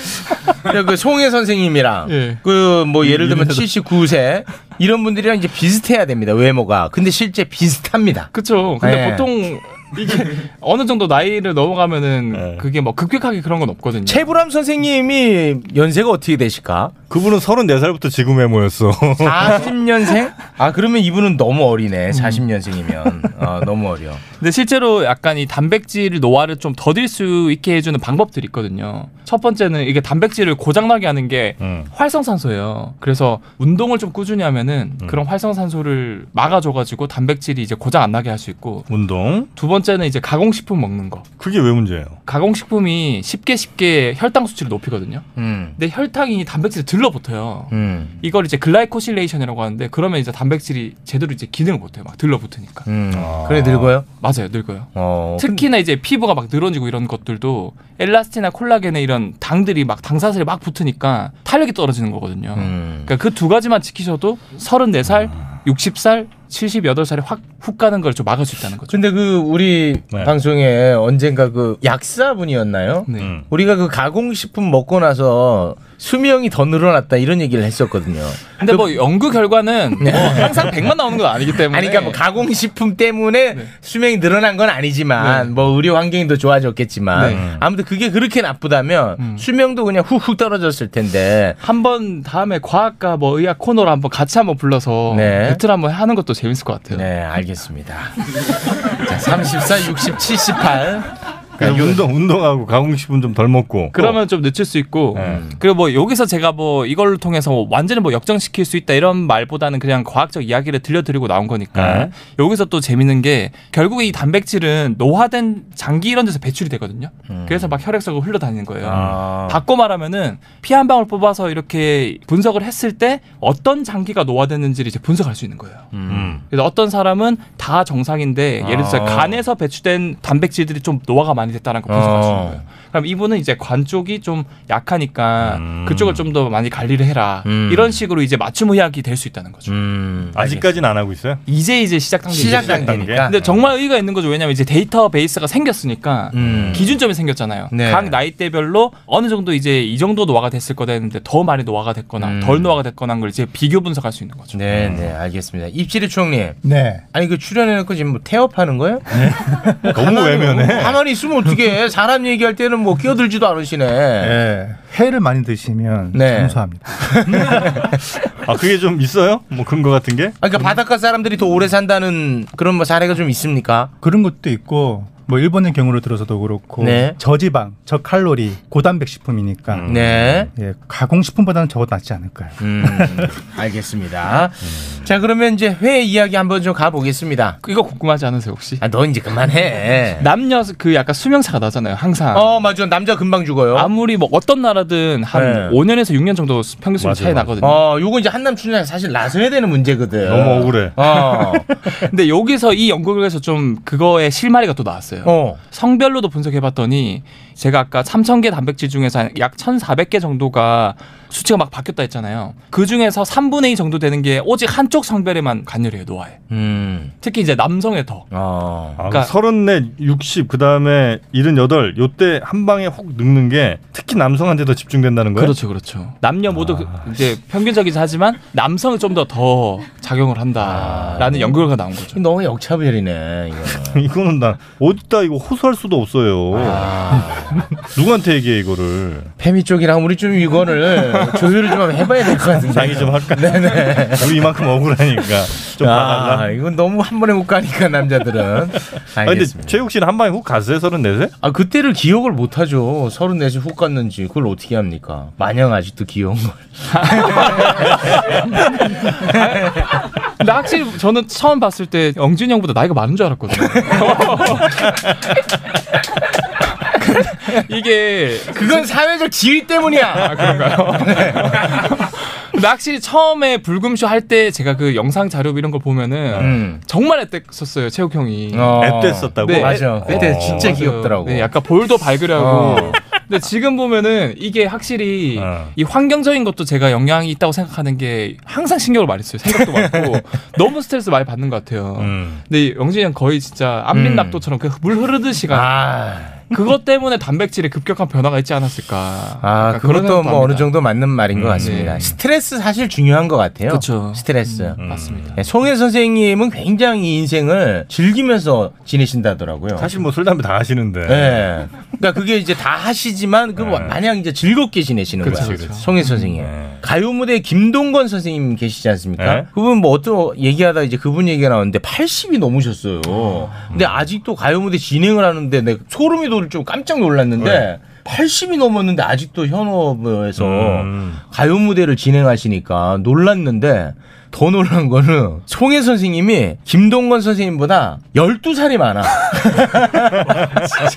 Speaker 9: 그 송혜 선생님이랑
Speaker 8: 예.
Speaker 9: 그 뭐 예를 들면
Speaker 8: 이름에도-
Speaker 9: 79세 이런 분들이랑 이제 비슷해야 됩니다. 외모가. 근데 실제 비슷합니다.
Speaker 16: 그렇죠. 근데 보통 이게 어느 정도 나이를 넘어가면은
Speaker 8: 네.
Speaker 16: 그게 뭐 급격하게 그런 건 없거든요.
Speaker 9: 최불암 선생님이 연세가 어떻게 되실까?
Speaker 8: 그분은 34살부터 지금 외모였어.
Speaker 9: 40년생? 아 그러면 이분은 너무
Speaker 8: 음.
Speaker 9: 어리네. 40년생이면 아, 너무 어려.
Speaker 16: 근데 실제로 약간 이 단백질 노화를 좀 더딜 수 있게 해주는 방법들이 있거든요. 첫 번째는 이게 단백질을 고장나게 하는 게
Speaker 8: 음.
Speaker 16: 활성산소예요. 그래서 운동을 좀 꾸준히 하면은
Speaker 8: 음.
Speaker 16: 그런 활성산소를 막아줘가지고 단백질이 이제 고장 안 나게 할 수 있고.
Speaker 8: 운동.
Speaker 16: 두 번째는 이제 가공식품 먹는 거.
Speaker 8: 그게 왜 문제예요?
Speaker 16: 가공식품이 쉽게 쉽게 혈당 수치를 높이거든요.
Speaker 9: 음.
Speaker 16: 근데 혈당이 단백질에 들러붙어요.
Speaker 9: 음.
Speaker 16: 이걸 이제 글라이코실레이션이라고 하는데 그러면 이제 단백질이 제대로 이제 기능을 못해요. 막 들러붙으니까.
Speaker 9: 음.
Speaker 8: 아.
Speaker 9: 그래 늙어요?
Speaker 16: 맞아요, 늙어요.
Speaker 9: 어.
Speaker 16: 특히나 이제 피부가 막 늘어지고 이런 것들도 엘라스틴이나 콜라겐에 이런 당들이 막 당사슬에 막 붙으니까 탄력이 떨어지는
Speaker 9: 음. 아.
Speaker 16: 거거든요. 그러니까 그 두 가지만 지키셔도 34살, 60살, 78살에 확 훅 가는 걸 좀 막을 수 있다는 거죠.
Speaker 9: 근데 그 우리
Speaker 8: 네.
Speaker 9: 방송에 언젠가 그 약사분이었나요?
Speaker 16: 네.
Speaker 9: 음. 우리가 그 가공식품 먹고 나서 수명이 더 늘어났다 이런 얘기를 했었거든요.
Speaker 16: 근데
Speaker 9: 그
Speaker 16: 뭐 연구 결과는 뭐 항상 100만 나오는 건 아니기 때문에
Speaker 9: 네. 아니, 그러니까 뭐 가공식품 때문에
Speaker 16: 네.
Speaker 9: 수명이 늘어난 건 아니지만 뭐 의료 환경이 더 좋아졌겠지만
Speaker 16: 네. 음.
Speaker 9: 아무튼 그게 그렇게 나쁘다면 수명도 그냥 훅훅 떨어졌을 텐데
Speaker 16: 한번 다음에 과학과 뭐 의학 코너로 한번 같이 한번 불러서
Speaker 9: 네.
Speaker 16: 배틀 한번 하는 것도 재밌을 것 같아요.
Speaker 9: 네, 알겠습니다. 자, 34, 60, 78.
Speaker 8: 그러니까 운동 운동하고 가공식품 좀 덜 먹고
Speaker 16: 그러면 좀 늦출 수 있고 그리고 뭐 여기서 제가 뭐 이걸 통해서 뭐 완전히 뭐 역정시킬 수 있다 이런 말보다는 그냥 과학적 이야기를 들려드리고 나온 거니까
Speaker 18: 네.
Speaker 16: 여기서 또 재밌는 게 결국에 이 단백질은 노화된 장기 이런 데서 배출이 되거든요 그래서 막 혈액속으로 흘러다니는 거예요 바꿔 말하면은 피 한 방울 뽑아서 이렇게 분석을 했을 때 어떤 장기가 노화됐는지를 이제 분석할 수 있는 거예요
Speaker 9: 음.
Speaker 16: 그래서 어떤 사람은 다 정상인데 예를 들어서
Speaker 9: 아.
Speaker 16: 간에서 배출된 단백질들이 좀 노화가 많이 됐다는 걸 분석할 수 있는 거예요. 그럼 이분은 이제 관 쪽이 좀 약하니까 그쪽을 좀 더 많이 관리를 해라
Speaker 8: 음.
Speaker 16: 이런 식으로 이제 맞춤 의학이 될 수 있다는 거죠.
Speaker 8: 아직까지는 안 하고 있어요?
Speaker 16: 이제 이제 시작 단계
Speaker 8: 시작 단계니까.
Speaker 16: 근데 정말 의의가 있는 거죠. 왜냐하면 이제 데이터 베이스가 생겼으니까 기준점이 생겼잖아요.
Speaker 9: 네.
Speaker 16: 각 나이대별로 어느 정도 이제 이 정도 노화가 됐을 거다 했는데 더 많이 노화가 됐거나
Speaker 9: 음.
Speaker 16: 덜 노화가 됐거나 한걸 이제 비교 분석할 수 있는 거죠.
Speaker 9: 네, 네,
Speaker 8: 음.
Speaker 9: 알겠습니다. 입질이 총님.
Speaker 17: 네.
Speaker 9: 아니 그 출연해놓고 지금 뭐 태업하는 거예요?
Speaker 16: 네.
Speaker 8: 너무 외면해.
Speaker 9: 가만히 있으면 어떻게 사람 얘기할 때는 뭐 끼어들지도 않으시네.
Speaker 17: 예, 회를 많이 드시면
Speaker 9: 네.
Speaker 17: 감소합니다.
Speaker 8: 아 그게 좀 있어요? 뭐 근거 같은 게?
Speaker 9: 아, 그러니까 바닷가 사람들이 더 오래 산다는 그런 뭐 사례가 좀 있습니까?
Speaker 17: 그런 것도 있고 뭐 일본의 경우로 들어서도 그렇고
Speaker 9: 네.
Speaker 17: 저지방, 저칼로리, 고단백 식품이니까
Speaker 9: 네.
Speaker 17: 예, 가공 식품보다는 적어도 낫지 않을까요?
Speaker 9: 음, 알겠습니다. 자, 그러면 이제 회 이야기 한번 좀 가보겠습니다.
Speaker 16: 이거 궁금하지 않으세요 혹시?
Speaker 9: 아, 너 이제 그만해.
Speaker 16: 남녀 그 약간 수명차가 나잖아요 항상.
Speaker 9: 어 맞아 남자 금방 죽어요.
Speaker 16: 아무리 뭐 어떤 나라든 한
Speaker 9: 네.
Speaker 16: 5년에서 6년 정도 수- 평균 수명 차이 나거든요. 네.
Speaker 9: 어, 요거 이제 한남 춘장 사실 나서야 되는 문제거든.
Speaker 16: 너무 억울해.
Speaker 9: 어.
Speaker 16: 근데 여기서 이 연구 결과에서 좀 그거의 실마리가 또 나왔어요.
Speaker 9: 어.
Speaker 16: 성별로도 분석해봤더니 제가 아까 3,000개 단백질 중에서 한약 1,400개 정도가 수치가 막 바뀌었다 했잖아요. 그 중에서 3분의 2 정도 되는 게 오직 한쪽 성별에만 관여해요 노화에.
Speaker 9: 음.
Speaker 16: 특히 이제 남성에 더. 아.
Speaker 8: 그러니까 서른네, 육십, 그 다음에 일흔여덟, 요때 한 방에 훅 늙는 게 특히 남성한테 더 집중된다는 거예요?
Speaker 16: 그렇죠, 그렇죠. 남녀 모두 그- 이제 평균적이긴 하지만 남성은 좀 더 더 작용을 한다라는 연구 결과 나온 거죠.
Speaker 9: 너무 역차별이네. 이거.
Speaker 8: 이거는 나 어디다 이거 호소할 수도 없어요. 누구한테 얘기해 이거를?
Speaker 9: 페미 쪽이랑 우리 좀 이거를 조율을 좀 한번 해봐야 될 것 같은데.
Speaker 8: 상의 좀 할까?
Speaker 9: 네네.
Speaker 8: 우리 이만큼 억울하니까 좀 봐달라.
Speaker 9: 아, 이건 너무 한 번에 못 가니까 남자들은.
Speaker 8: 아, 근데 최욱 씨는 한 방에 훅 갔어요, 서른네 세?
Speaker 9: 아 그때를 기억을 못 하죠. 서른 넷이 훅 갔는지 그걸 어떻게 합니까? 마냥 아직도 귀여운 걸.
Speaker 16: 근데 확실히 저는 처음 봤을 때 영준이 형보다 나이가 많은 줄 알았거든요. 이게 아,
Speaker 9: 그건 사회적 지위 때문이야.
Speaker 16: 그런가요? 네. 근데 확실히 처음에 불금쇼 할 때 제가 그 영상 자료 이런 걸 보면은 정말 음. 애땠었어요 체육 형이.
Speaker 9: 어. 앳됐었다고? 맞아. 그때
Speaker 16: 어.
Speaker 9: 진짜
Speaker 16: 맞아요.
Speaker 9: 귀엽더라고.
Speaker 16: 네, 약간 볼도 발그레하고.
Speaker 9: 어.
Speaker 16: 근데 지금 보면은 이게 확실히 이 환경적인 것도 제가 영향이 있다고 생각하는 게 항상 신경을 많이 써요. 생각도 많고 너무 스트레스 많이 받는 것 같아요.
Speaker 9: 음.
Speaker 16: 근데 영진이 형 거의 진짜 안민낙도처럼 그 물 흐르듯이 가.
Speaker 9: 아.
Speaker 16: 그것 때문에 단백질에 급격한 변화가 있지 않았을까.
Speaker 9: 아,
Speaker 16: 약간 그런
Speaker 9: 그것도
Speaker 16: 생각도
Speaker 9: 뭐 어느
Speaker 16: 합니다.
Speaker 9: 정도 맞는 말인
Speaker 8: 음.
Speaker 9: 것 같습니다.
Speaker 16: 네.
Speaker 9: 스트레스 사실 중요한 것 같아요. 그렇죠. 스트레스.
Speaker 16: 음, 맞습니다.
Speaker 9: 네, 송혜 선생님은 굉장히 인생을 즐기면서 지내신다더라고요.
Speaker 8: 사실 뭐 술 담배 다 하시는데. 네.
Speaker 9: 네. 그러니까 그게 이제 다 하시지만 그 마냥 이제 즐겁게 지내시는
Speaker 8: 그쵸,
Speaker 9: 거예요.
Speaker 8: 그렇죠, 그쵸.
Speaker 9: 그렇죠, 송혜 선생님.
Speaker 8: 음.
Speaker 9: 가요 무대에 김동건 선생님 계시지 않습니까?
Speaker 8: 네.
Speaker 9: 그분 뭐 어떤 얘기하다 이제 그분 얘기가 나왔는데 80이 넘으셨어요. 근데 아직도 가요 무대 진행을 하는데 내가 소름이 돋을 좀 깜짝 놀랐는데 80이 넘었는데 아직도 현업에서 가요 무대를 진행하시니까 놀랐는데 더 놀란 거는 송혜 선생님이 김동건 선생님보다 12살이 많아.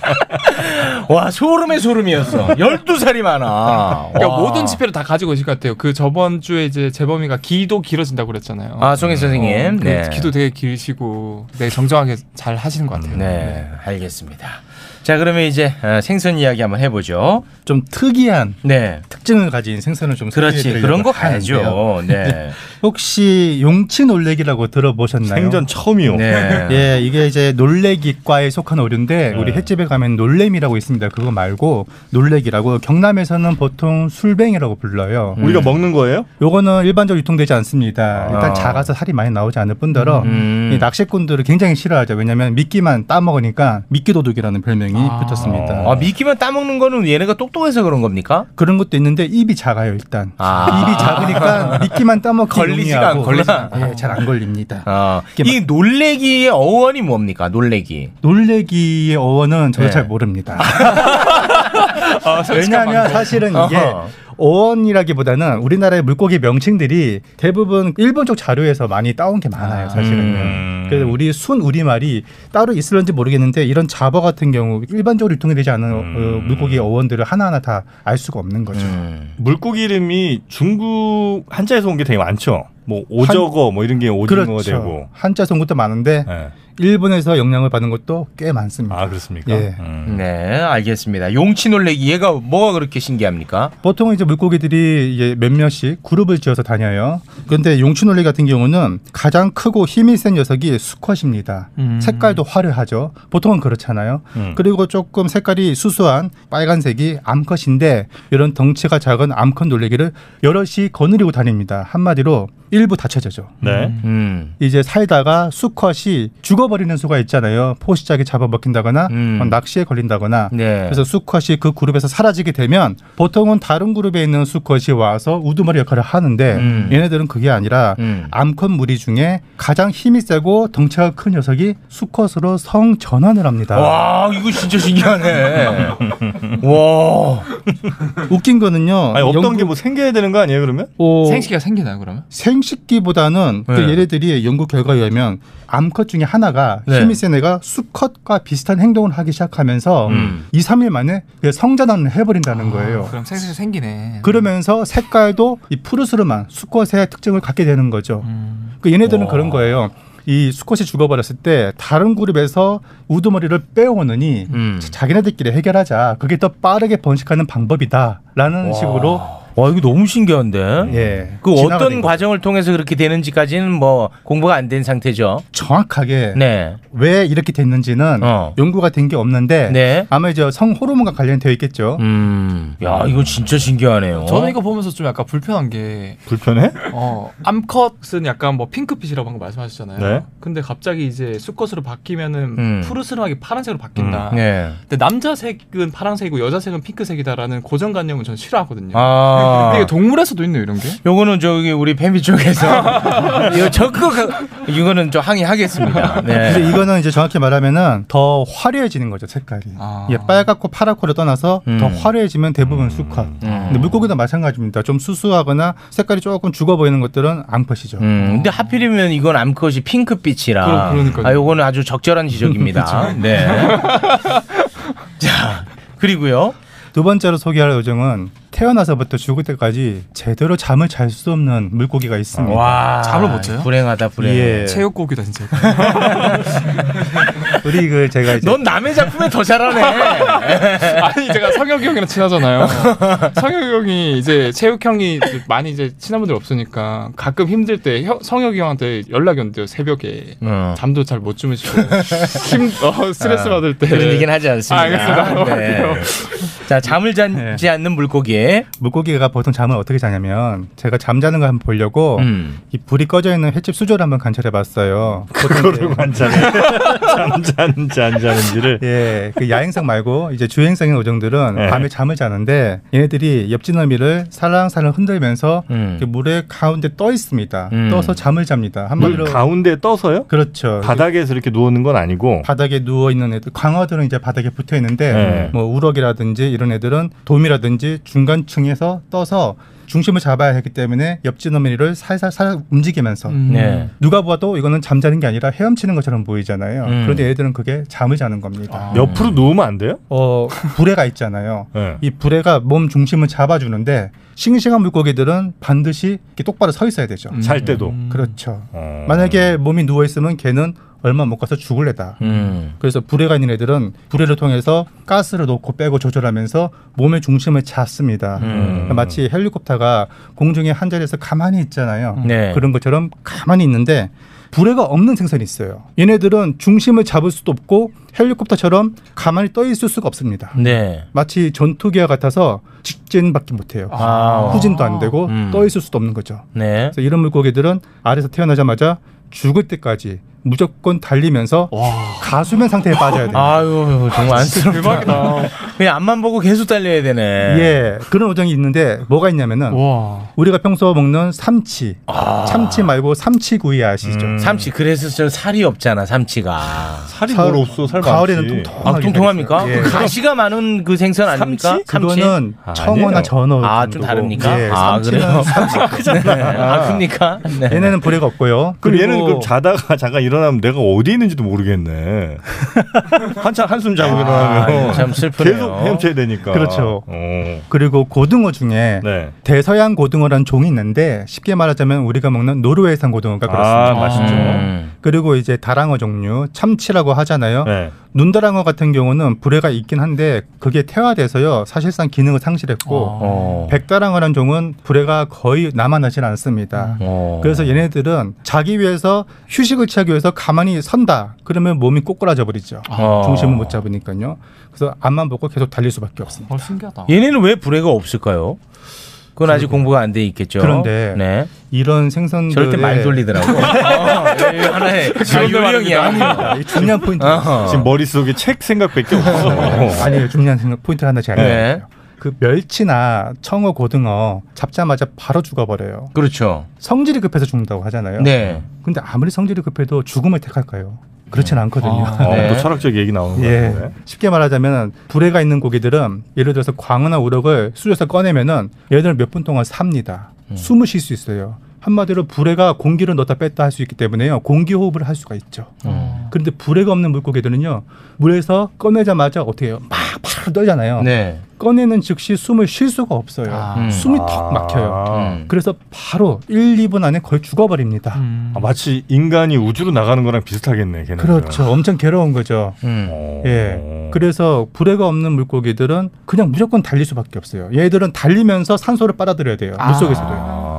Speaker 9: 와, 소름의 소름이었어. 12살이 많아.
Speaker 16: 그러니까
Speaker 9: 와.
Speaker 16: 모든 지표를 다 가지고 계실 것 같아요. 그 저번 주에 이제 재범이가 기도 길어진다고 그랬잖아요.
Speaker 9: 아, 송혜 선생님.
Speaker 16: 그
Speaker 9: 네.
Speaker 16: 네, 기도 되게 길시고 되게 정정하게 잘 하시는 것 같아요.
Speaker 9: 네, 알겠습니다. 음, 자 그러면 이제 어, 생선 이야기 한번 해보죠.
Speaker 17: 좀 특이한
Speaker 9: 네.
Speaker 17: 특징을 가진 생선을 좀
Speaker 9: 그렇지
Speaker 17: 소개해드리려고
Speaker 9: 그런 거
Speaker 17: 하는데요.
Speaker 9: 가야죠. 네.
Speaker 17: 혹시 용치 놀래기라고 들어보셨나요?
Speaker 8: 생전 처음이요. 네.
Speaker 17: 예, 이게 이제 놀래기과에 속한
Speaker 9: 네.
Speaker 17: 어류인데 우리 횟집에 가면 놀래미라고 있습니다. 그거 말고 놀래기라고 경남에서는 보통 술뱅이라고 불러요.
Speaker 9: 음.
Speaker 8: 우리가 먹는 거예요?
Speaker 17: 요거는 일반적으로 유통되지 않습니다. 일단 작아서 살이 많이 나오지 않을 뿐더러
Speaker 8: 음.
Speaker 17: 이 낚시꾼들을 굉장히 싫어하죠. 왜냐하면 미끼만 따먹으니까 미끼도둑이라는 별명이 붙었습니다.
Speaker 9: 아 미끼만 따먹는 거는 얘네가 똑똑해서 그런 겁니까?
Speaker 17: 그런 것도 있는데 입이 작아요 일단. 입이 작으니까 그러니까 미끼만 따먹기
Speaker 9: 걸리지가
Speaker 17: 용이하고
Speaker 9: 않구나.
Speaker 17: 걸리지 않- 예, 잘안 걸립니다.
Speaker 9: 어. 이 놀래기의 어원이 뭡니까? 놀래기.
Speaker 17: 놀래기의 어원은 저도
Speaker 9: 네.
Speaker 17: 잘 모릅니다.
Speaker 8: 아,
Speaker 9: 솔직한
Speaker 17: 왜냐하면
Speaker 9: 방법.
Speaker 17: 사실은 이게
Speaker 9: 어허.
Speaker 17: 어원이라기보다는 우리나라의 물고기 명칭들이 대부분 일본 쪽 자료에서 많이 따온 게 많아요, 사실은. 그래서 우리 순 우리말이 따로 있을런지 모르겠는데 이런 잡어 같은 경우 일반적으로 유통이 되지 않은 어, 물고기의 어원들을 하나하나 다 알 수가 없는 거죠.
Speaker 8: 물고기 이름이 중국 한자에서 온 게 되게 많죠. 뭐 오저거 뭐 이런 게 오징어
Speaker 9: 그렇죠.
Speaker 8: 되고.
Speaker 17: 그렇죠. 한자 성구도 많은데 일본에서 영향을 받은 것도 꽤 많습니다.
Speaker 8: 아 그렇습니까?
Speaker 17: 예.
Speaker 9: 어. 네, 알겠습니다. 용치 놀래기 얘가 뭐가 그렇게 신기합니까?
Speaker 17: 아? 보통 이제 물고기들이 이제 몇몇씩 그룹을 지어서 다녀요. 그런데 용추놀리 같은 경우는 가장 크고 힘이 센 녀석이 수컷입니다.
Speaker 16: 음.
Speaker 17: 색깔도 화려하죠. 보통은 그렇잖아요.
Speaker 16: 음.
Speaker 17: 그리고 조금 색깔이 수수한 빨간색이 암컷인데 이런 덩치가 작은 암컷 놀래기를 여럿이 거느리고 다닙니다. 한마디로 일부 다채져죠.
Speaker 8: 네.
Speaker 17: 이제 살다가 수컷이 죽어버리는 수가 있잖아요. 포식자에게 잡아먹힌다거나
Speaker 16: 음.
Speaker 17: 어, 낚시에 걸린다거나.
Speaker 9: 네.
Speaker 8: 네.
Speaker 17: 그래서 수컷이 그 그룹에서 사라지게 되면 보통은 다른 그룹에 있는 수컷이 와서 우두머리 역할을 하는데
Speaker 8: 음.
Speaker 17: 얘네들은 그게 아니라 암컷 무리 중에 가장 힘이 세고 덩치가 큰 녀석이 수컷으로 성 전환을 합니다.
Speaker 9: 와, 이거 진짜 신기하네. 와.
Speaker 17: 웃긴 거는요.
Speaker 8: 아니 없던
Speaker 17: 연구-
Speaker 8: 게 뭐 생겨야 되는 거 아니에요 그러면?
Speaker 17: 어,
Speaker 16: 생식기가 생기나요 그러면?
Speaker 17: 생식기보다는 그
Speaker 16: 네.
Speaker 17: 얘네들이 연구 결과에 의하면 암컷 중에 하나가
Speaker 16: 네.
Speaker 17: 힘이 센 애가 수컷과 비슷한 행동을 하기 시작하면서
Speaker 16: 음.
Speaker 17: 2, 3일 만에 그 성전환을 해버린다는 거예요.
Speaker 16: 아, 그럼 생식이 생기네.
Speaker 17: 그러면서 색깔도 이 푸르스름한 수컷의 특징을 갖게 되는 거죠.
Speaker 16: 음.
Speaker 17: 그 얘네들은 그런 거예요. 이 수컷이 죽어버렸을 때 다른 그룹에서 우두머리를 빼오느니
Speaker 9: 음.
Speaker 17: 자기네들끼리 해결하자. 그게 더 빠르게 번식하는 방법이다라는
Speaker 9: 와.
Speaker 17: 식으로.
Speaker 9: 와 이거 너무 신기한데.
Speaker 17: 예.
Speaker 9: 그
Speaker 17: 진화가
Speaker 9: 어떤
Speaker 17: 된
Speaker 9: 과정을 통해서 그렇게 되는지까지는 뭐 공부가 안 된 상태죠.
Speaker 17: 정확하게
Speaker 9: 네. 어.
Speaker 17: 왜 이렇게 됐는지는 연구가 된 게 없는데 아마 이제 성 호르몬과 관련되어 있겠죠.
Speaker 9: 네. 음. 야, 이거 진짜
Speaker 17: 어?
Speaker 9: 신기하네요.
Speaker 16: 저는 이거 보면서 좀 약간 불편한 게
Speaker 8: 불편해?
Speaker 16: 어, 암컷은 약간 뭐 핑크빛이라고 방금 말씀하셨잖아요.
Speaker 8: 네.
Speaker 16: 근데 갑자기 이제 수컷으로 바뀌면은
Speaker 9: 음.
Speaker 16: 푸르스름하게 파란색으로 바뀐다.
Speaker 9: 음, 네.
Speaker 16: 근데 남자색은 파란색이고 여자색은 핑크색이다라는 고정관념은 전 싫어하거든요.
Speaker 9: 아.
Speaker 16: 근데 이게 동물에서도 있네요, 이런 게.
Speaker 9: 요거는 저기 우리 팬비 쪽에서 이거 적극 이거는 좀 항의하겠습니다.
Speaker 17: 근데
Speaker 9: 네. 음.
Speaker 17: 이거는 이제 정확히 말하면은 더 화려해지는 거죠 색깔이. 예, 빨갛고 파랗고를 떠나서 더
Speaker 9: 음.
Speaker 17: 화려해지면 대부분 수컷. 근데 물고기도 마찬가지입니다. 좀 수수하거나 색깔이 조금 죽어 보이는 것들은 암컷이죠.
Speaker 9: 음, 근데 하필이면 이건 암컷이 핑크빛이라.
Speaker 17: 그러- 그러니까요.
Speaker 9: 아, 요거는 아주 적절한 지적입니다.
Speaker 16: 그렇죠.
Speaker 17: 그쵸.
Speaker 9: 네. 그리고요.
Speaker 17: 두 번째로 소개할 요정은 태어나서부터 죽을 때까지 제대로 잠을 잘 수 없는 물고기가 있습니다. 아,
Speaker 9: 와, 잠을 못 자요? 예. 불행하다,
Speaker 17: 예.
Speaker 9: 불행해.
Speaker 16: 체육고기다 진짜.
Speaker 17: 우리 그 제가 이제
Speaker 9: 넌 남의 작품에 더 잘하네.
Speaker 16: 아니 제가 성혁이 형이랑 친하잖아요. 성혁이 형이 이제 체육 형이 이제 많이 이제 친한 분들 없으니까 가끔 힘들 때 형- 성혁이 형한테 연락이 온대요 새벽에
Speaker 9: 음.
Speaker 16: 잠도 잘 못 주무시고 힘 어, 스트레스
Speaker 9: 아,
Speaker 16: 받을 때
Speaker 9: 그런 얘기는 하지 않습니다.
Speaker 16: 아, 알겠습니다.
Speaker 9: 네.
Speaker 16: 네.
Speaker 9: 자, 잠을 자지 않는 물고기에
Speaker 17: 네. 물고기가 보통 잠을 어떻게 자냐면 제가 잠자는 걸 한번 보려고
Speaker 9: 음.
Speaker 17: 이 불이 꺼져 있는 횟집 수조를 한번 관찰해 봤어요. 그거를 관찰해. 잠자는지 안 자는지를. 예. 그 야행성 말고 이제 주행성인 오종들은
Speaker 8: 네.
Speaker 17: 밤에 잠을 자는데 얘네들이 옆집 너미를 살랑살랑 흔들면서
Speaker 8: 음.
Speaker 17: 이렇게 물의 가운데 떠 있습니다.
Speaker 8: 음.
Speaker 17: 떠서 잠을 잡니다.
Speaker 8: 물
Speaker 17: 한마디로
Speaker 8: 가운데 떠서요?
Speaker 17: 그렇죠.
Speaker 8: 바닥에서 이렇게 누우는 건 아니고.
Speaker 17: 바닥에 누워 있는 애들 광어들은 이제 바닥에 붙어 있는데
Speaker 8: 네.
Speaker 17: 뭐 우럭이라든지 이런 애들은 돔이라든지 중간층에서 떠서 중심을 잡아야 하기 때문에 옆지 너미를 살살 살 움직이면서
Speaker 9: 음. 네.
Speaker 17: 누가 봐도 이거는 잠자는 게 아니라 헤엄치는 것처럼 보이잖아요.
Speaker 8: 음. 아.
Speaker 17: 그런데 애들은 그게 잠을 자는 겁니다.
Speaker 8: 옆으로 누우면 안 돼요?
Speaker 17: 어 부레가 있잖아요.
Speaker 8: 네.
Speaker 17: 이 부레가 몸 중심을 잡아주는데 싱싱한 물고기들은
Speaker 9: 음.
Speaker 17: 반드시 이렇게 똑바로 서 있어야 되죠.
Speaker 8: 잘 때도.
Speaker 17: 그렇죠. 만약에 몸이 누워 있으면 걔는 얼마 못 가서 죽을래다.
Speaker 9: 음.
Speaker 17: 그래서 불해가 있는 애들은 불해를 통해서 가스를 넣고 빼고 조절하면서 몸의 중심을 잡습니다.
Speaker 9: 음.
Speaker 17: 마치 헬리콥터가 공중에 한 자리에서 가만히 있잖아요.
Speaker 9: 네.
Speaker 17: 그런 것처럼 가만히 있는데 불해가 없는 생선이 있어요. 얘네들은 중심을 잡을 수도 없고 헬리콥터처럼 가만히 떠 있을 수가 없습니다.
Speaker 9: 네.
Speaker 17: 마치 전투기와 같아서 직진밖에 못해요.
Speaker 9: 아.
Speaker 17: 후진도 안 되고 떠 있을 수도 없는 거죠.
Speaker 9: 네.
Speaker 17: 그래서 이런 물고기들은 알에서 태어나자마자 죽을 때까지 무조건 달리면서 가수면 상태에 빠져야 돼요.
Speaker 9: 아유 정말 안쓰럽다. 그냥 앞만 보고 계속 달려야 되네.
Speaker 17: 예, 그런 어종이 있는데 뭐가 있냐면은 우리가 평소 먹는 삼치, 참치 말고 삼치구이 아시죠?
Speaker 9: 아. 음. 삼치 그래서 저 살이 없잖아 삼치가.
Speaker 17: 살이 뭘 없어, 살 가을에는 많지. 통통하게
Speaker 9: 아, 통통합니까?
Speaker 17: 돼 있어요. 예.
Speaker 9: 가시가 많은 그 생선 아닙니까? 삼치?
Speaker 17: 그거는 청어나 전어
Speaker 9: 아좀 다릅니까?
Speaker 17: 예,
Speaker 9: 아
Speaker 17: 삼치는
Speaker 9: 그래요?
Speaker 17: 삼치가 크잖아요.
Speaker 9: 아 큽니까? 네.
Speaker 17: 얘네는 불에가 없고요.
Speaker 8: 그럼
Speaker 17: 그리고-
Speaker 8: 얘는 그럼 자다가 잠깐 일어나면 내가 어디 있는지도 모르겠네. 한참 한숨 자고
Speaker 17: 아,
Speaker 8: 일어나면
Speaker 17: 이거 참 슬프네요.
Speaker 8: 계속 헤엄쳐야 되니까.
Speaker 17: 그렇죠. 네.
Speaker 8: 어.
Speaker 17: 그리고 고등어 중에 대서양 고등어란 종이 있는데 쉽게 말하자면 우리가 먹는 노르웨이산 고등어가
Speaker 8: 아,
Speaker 17: 그렇습니다.
Speaker 8: 맛있죠.
Speaker 17: 음. 그리고 이제 다랑어 종류 참치라고 하잖아요.
Speaker 8: 네.
Speaker 17: 눈다랑어 같은 경우는 불에가 있긴 한데 그게 태화돼서요 사실상 기능을 상실했고
Speaker 9: 어.
Speaker 17: 백다랑어란 종은 불에가 거의 남아나질 않습니다.
Speaker 9: 음. 어.
Speaker 17: 그래서 얘네들은 자기 위해서 휴식을 취하기 위해서 가만히 선다 그러면 몸이 꼬꾸라져 버리죠.
Speaker 9: 어.
Speaker 17: 중심을 못 잡으니까요. 그래서 앞만 보고 계속 달릴 수밖에 없습니다.
Speaker 16: 어, 신기하다.
Speaker 9: 얘네는 왜 불에가 없을까요? 그건 아직 공부가 안 돼 있겠죠.
Speaker 17: 그런데
Speaker 9: 네.
Speaker 17: 이런 생선들
Speaker 9: 절대 말 돌리더라고.
Speaker 17: 아, 네.
Speaker 9: 아, 네. 하나의 요령이야.
Speaker 17: 중요한 포인트
Speaker 8: 지금 머릿속에 책 생각밖에 없어.
Speaker 17: 아니에요. 중요한 생각 포인트 하나 제가
Speaker 8: 네.
Speaker 17: 알려드릴게요. 그 멸치나 청어, 고등어 잡자마자 바로 죽어버려요.
Speaker 9: 그렇죠.
Speaker 17: 성질이 급해서 죽는다고 하잖아요.
Speaker 9: 네.
Speaker 17: 근데 아무리 성질이 급해도 죽음을 택할까요? 그렇진 않거든요.
Speaker 8: 아, 어,
Speaker 9: 네.
Speaker 8: 또 철학적 얘기 나오는
Speaker 17: 예.
Speaker 8: 거예요.
Speaker 17: 쉽게 말하자면 불에가 있는 고기들은 예를 들어서 광어나 우럭을 수조에서 꺼내면은 얘들 몇 분 동안 삽니다. 숨을 쉴 수 있어요. 한마디로 불에가 공기를 넣다 뺐다 할 수 있기 때문에요. 공기 호흡을 할 수가 있죠. 그런데 불에가 없는 물고기들은요. 물에서 꺼내자마자 어떻게 해요? 막 바로 떨잖아요.
Speaker 9: 네.
Speaker 17: 꺼내는 즉시 숨을 쉴 수가 없어요.
Speaker 8: 음.
Speaker 17: 숨이
Speaker 8: 아.
Speaker 17: 턱 막혀요.
Speaker 8: 음.
Speaker 17: 그래서 바로 1, 2분 안에 거의 죽어버립니다.
Speaker 8: 아, 마치 인간이 우주로 나가는 거랑 비슷하겠네, 어. 걔는.
Speaker 17: 그렇죠. 엄청 괴로운 거죠. 예. 그래서 불에가 없는 물고기들은 그냥 무조건 달릴 수밖에 없어요. 얘들은 달리면서 산소를 빨아들여야 돼요. 물속에서도요.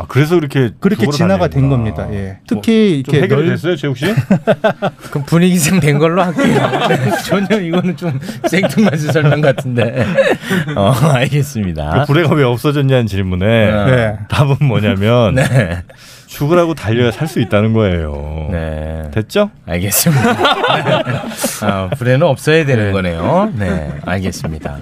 Speaker 8: 아, 그래서 그렇게
Speaker 17: 그렇게
Speaker 8: 죽으러
Speaker 17: 진화가
Speaker 8: 다니는구나.
Speaker 17: 된 겁니다. 예.
Speaker 8: 뭐,
Speaker 17: 특히
Speaker 8: 좀
Speaker 17: 이렇게
Speaker 8: 해결이
Speaker 17: 넓-
Speaker 8: 됐어요, 최욱 씨?
Speaker 9: 그럼 분위기상 된 걸로 할게요.
Speaker 17: 네.
Speaker 9: 네. 전혀 이거는 좀 생뚱맞은 설명 같은데. 어, 알겠습니다.
Speaker 8: 그 불에가 왜 없어졌냐는 질문에
Speaker 9: 네.
Speaker 8: 답은 뭐냐면
Speaker 9: 네.
Speaker 8: 죽으라고 달려야 살 수 있다는 거예요. 됐죠?
Speaker 9: 네. 알겠습니다. 아, 불에는 없어야 되는 거네요. 네, 알겠습니다.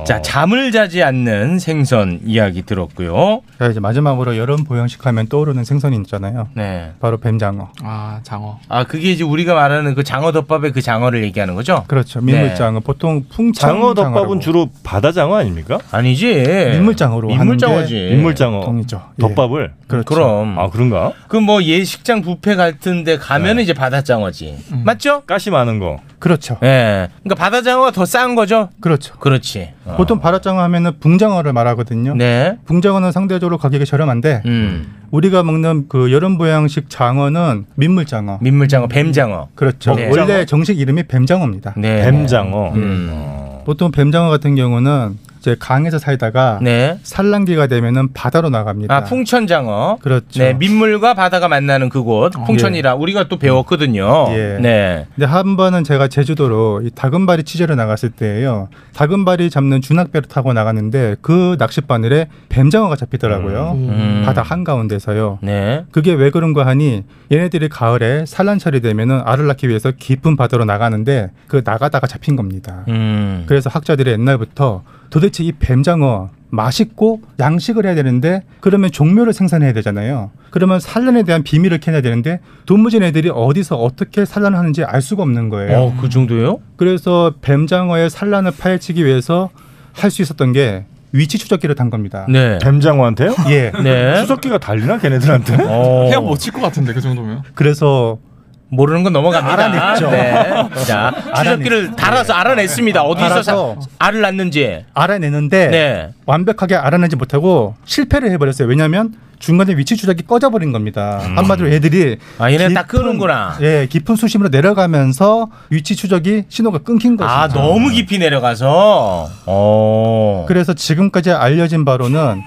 Speaker 17: 어.
Speaker 9: 자, 잠을 자지 않는 생선 이야기 들었고요.
Speaker 17: 자, 이제 마지막으로 여름 보양식 하면 떠오르는 생선이 있잖아요.
Speaker 9: 네.
Speaker 17: 바로 뱀장어.
Speaker 16: 아 장어.
Speaker 9: 아, 그게 이제 우리가 말하는 그 장어덮밥의 그 장어를 얘기하는 거죠?
Speaker 17: 그렇죠.
Speaker 9: 네.
Speaker 17: 민물장어 보통 풍창
Speaker 9: 장어 덮밥은
Speaker 8: 주로 바다장어 아닙니까?
Speaker 9: 아니지.
Speaker 17: 민물장어로
Speaker 9: 민물장어지.
Speaker 17: 하는데 보통이죠. 예.
Speaker 8: 덮밥을?
Speaker 17: 그렇죠.
Speaker 9: 그럼.
Speaker 8: 아, 그런가?
Speaker 9: 그 뭐 예식장 뷔페 같은데 가면 은 이제 바다장어지. 맞죠?
Speaker 8: 가시 많은 거.
Speaker 17: 그렇죠.
Speaker 9: 예. 그러니까 바다장어가 더 싼 거죠?
Speaker 17: 그렇죠.
Speaker 9: 그렇지. 어.
Speaker 17: 보통 바라장어 하면은 붕장어를 말하거든요.
Speaker 9: 네. 음.
Speaker 17: 붕장어는 상대적으로 가격이 저렴한데 우리가 먹는 그 여름 보양식 장어는 민물장어.
Speaker 9: 민물장어, 뱀장어.
Speaker 17: 그렇죠.
Speaker 9: 네.
Speaker 17: 원래 정식 이름이 뱀장어입니다.
Speaker 9: 네. 뱀장어.
Speaker 17: 보통 뱀장어 같은 경우는 이제 강에서 살다가
Speaker 9: 네.
Speaker 17: 산란기가 되면은 바다로 나갑니다.
Speaker 9: 아, 풍천장어.
Speaker 17: 네. 그렇죠.
Speaker 9: 네, 민물과 바다가 만나는 그곳 풍천이라 우리가 또 배웠거든요.
Speaker 17: 예.
Speaker 9: 네.
Speaker 17: 근데 한 번은 제가 제주도로 이 다금바리 취재를 나갔을 때예요. 다금바리 잡는 주낚배를 타고 나갔는데 그 낚싯바늘에 뱀장어가 잡히더라고요.
Speaker 9: 음.
Speaker 17: 바다 한가운데서요.
Speaker 9: 네.
Speaker 17: 그게 왜 그런가 하니 얘네들이 가을에 산란철이 되면은 알을 낳기 위해서 깊은 바다로 나가는데 그 나가다가 잡힌 겁니다.
Speaker 9: 음.
Speaker 17: 그래서 학자들이 옛날부터 도대체 이 뱀장어 맛있고 양식을 해야 되는데 그러면 종묘를 생산해야 되잖아요. 그러면 산란에 대한 비밀을 캐내야 되는데 도무지 애들이 어디서 어떻게 산란을 하는지 알 수가 없는 거예요.
Speaker 9: 어, 그 정도예요?
Speaker 17: 그래서 뱀장어의 산란을 파헤치기 위해서 할 수 있었던 게 위치 추적기를 단 겁니다.
Speaker 9: 네.
Speaker 8: 뱀장어한테요?
Speaker 17: 예.
Speaker 9: 네.
Speaker 8: 추석기가 달리나 걔네들한테? 뭐
Speaker 9: 어.
Speaker 16: 헤엄 못칠 것 같은데 그 정도면.
Speaker 17: 그래서
Speaker 9: 모르는 건 넘어갑니다.
Speaker 17: 알아냈죠.
Speaker 9: 네. 자, 추적기를 달아서 알아냈습니다. 어디서 서
Speaker 17: 알아서.
Speaker 9: 알을 낳는지.
Speaker 17: 알아내는데
Speaker 9: 네.
Speaker 17: 완벽하게 알아내지 못하고 실패를 해버렸어요. 왜냐하면 중간에 위치 조작이 꺼져버린 겁니다. 한마디로 애들이
Speaker 9: 음. 아, 얘네는 딱
Speaker 17: 깊은-
Speaker 9: 끄는구나.
Speaker 17: 예, 깊은 수심으로 내려가면서 위치 추적이 신호가 끊긴 거죠.
Speaker 9: 아, 너무 깊이 내려가서. 어.
Speaker 17: 그래서 지금까지 알려진 바로는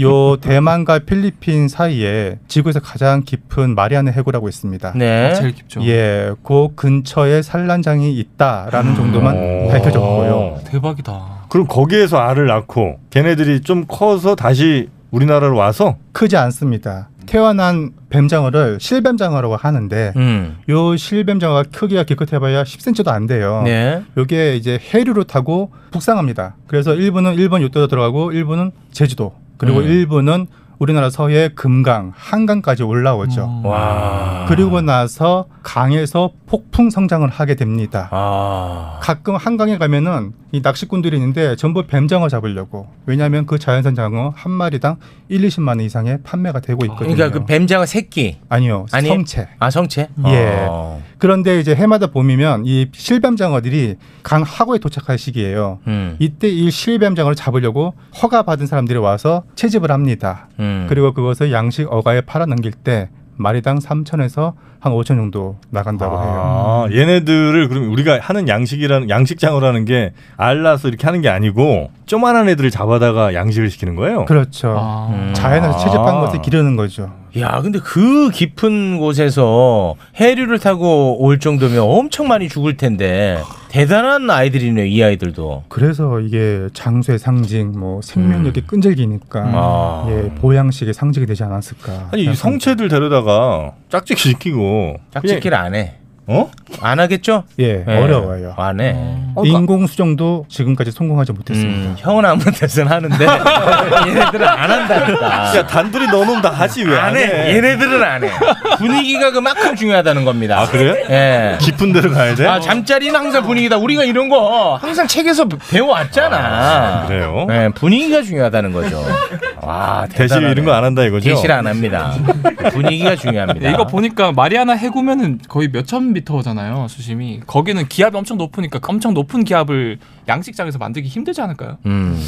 Speaker 17: 요 대만과 필리핀 사이에 지구에서 가장 깊은 마리아나 해구라고 있습니다.
Speaker 9: 네. 아, 제일 깊죠.
Speaker 17: 예, 그 근처에 산란장이
Speaker 9: 음.
Speaker 17: 있다라는 정도만
Speaker 9: 어.
Speaker 17: 밝혀졌고요.
Speaker 16: 대박이다.
Speaker 8: 그럼 거기에서 알을 낳고 걔네들이 좀 커서 다시 우리나라로 와서
Speaker 17: 크지 않습니다. 태어난 뱀장어를 실뱀장어라고 하는데
Speaker 9: 음.
Speaker 17: 요 실뱀장어가 크기가 기껏해봐야 10cm도 안 돼요.
Speaker 9: 네.
Speaker 17: 요게 이제 해류로 타고 북상합니다. 그래서 일부는 일본 요도로 들어가고 일부는 제주도 그리고
Speaker 9: 음.
Speaker 17: 일부는 우리나라 서해 금강 한강까지 올라오죠.
Speaker 9: 와.
Speaker 17: 그리고 나서 강에서 폭풍 성장을 하게 됩니다.
Speaker 9: 아.
Speaker 17: 가끔 한강에 가면은 이 낚시꾼들이 있는데 전부 뱀장어 잡으려고. 왜냐하면 그 자연산 장어 한 마리당 1, 20만 원 이상의 판매가 되고 있거든요.
Speaker 9: 그러니까 그 뱀장어 새끼.
Speaker 17: 아니요, 성체.
Speaker 9: 아, 성체?
Speaker 17: 예.
Speaker 9: 어.
Speaker 17: 그런데 이제 해마다 봄이면 이 실뱀장어들이 강 하구에 도착할 시기예요.
Speaker 9: 음.
Speaker 17: 이때 이 실뱀장어를 잡으려고 허가 받은 사람들이 와서 채집을 합니다.
Speaker 9: 음.
Speaker 17: 그리고 그것을 양식 어가에 팔아 넘길 때 마리당 3천에서 한 5천 정도 나간다고
Speaker 8: 아,
Speaker 17: 해요.
Speaker 8: 얘네들을 그럼 우리가 하는 양식이라는 양식장어라는 게 알라서 이렇게 하는 게 아니고 조만한 애들을 잡아다가 양식을 시키는 거예요.
Speaker 17: 그렇죠.
Speaker 9: 아. 음.
Speaker 8: 음.
Speaker 17: 자연에서 채집한
Speaker 8: 아.
Speaker 17: 것을 기르는 거죠.
Speaker 9: 야, 근데 그 깊은 곳에서 해류를 타고 올 정도면 엄청 많이 죽을 텐데 대단한 아이들이네요, 이 아이들도.
Speaker 17: 그래서 이게 장수의 상징, 뭐 생명력이 끈질기니까
Speaker 9: 음. 아.
Speaker 17: 예, 보양식의 상징이 되지 않았을까.
Speaker 8: 아니 이 성체들 데려다가 짝짓기 시키고
Speaker 9: 짝짓기를 안 해.
Speaker 8: 어? 음.
Speaker 9: 안 하겠죠?
Speaker 17: 예,
Speaker 9: 예,
Speaker 17: 어려워요.
Speaker 9: 안 해.
Speaker 17: 인공 수정도 지금까지 성공하지 못했습니다.
Speaker 9: 음, 형은 아무 데서나 하는데 얘네들은 안 한다니까.
Speaker 8: 야, 단둘이 넣어놓으면 다 하지 왜
Speaker 9: 안
Speaker 8: 안
Speaker 9: 해.
Speaker 8: 해?
Speaker 9: 얘네들은 안 해. 분위기가 그만큼 중요하다는 겁니다. 아
Speaker 8: 그래요?
Speaker 9: 예.
Speaker 8: 깊은 데로 가야 돼?
Speaker 9: 아 잠자리는 항상 분위기다. 우리가 이런 거 항상 책에서 배워왔잖아.
Speaker 8: 그래요?
Speaker 9: 네, 분위기가 중요하다는 거죠. 와,
Speaker 8: 대신
Speaker 9: 아, 대단하네.
Speaker 8: 이런 거 안 한다 이거죠?
Speaker 9: 대실 안 합니다. 분위기가 중요합니다.
Speaker 16: 이거 보니까 마리아나 해구면은 거의 몇천 미터잖아요 수심이. 거기는 기압이 엄청 높으니까 엄청 높은 기압을 양식장에서 만들기 힘들지 않을까요?
Speaker 9: 음.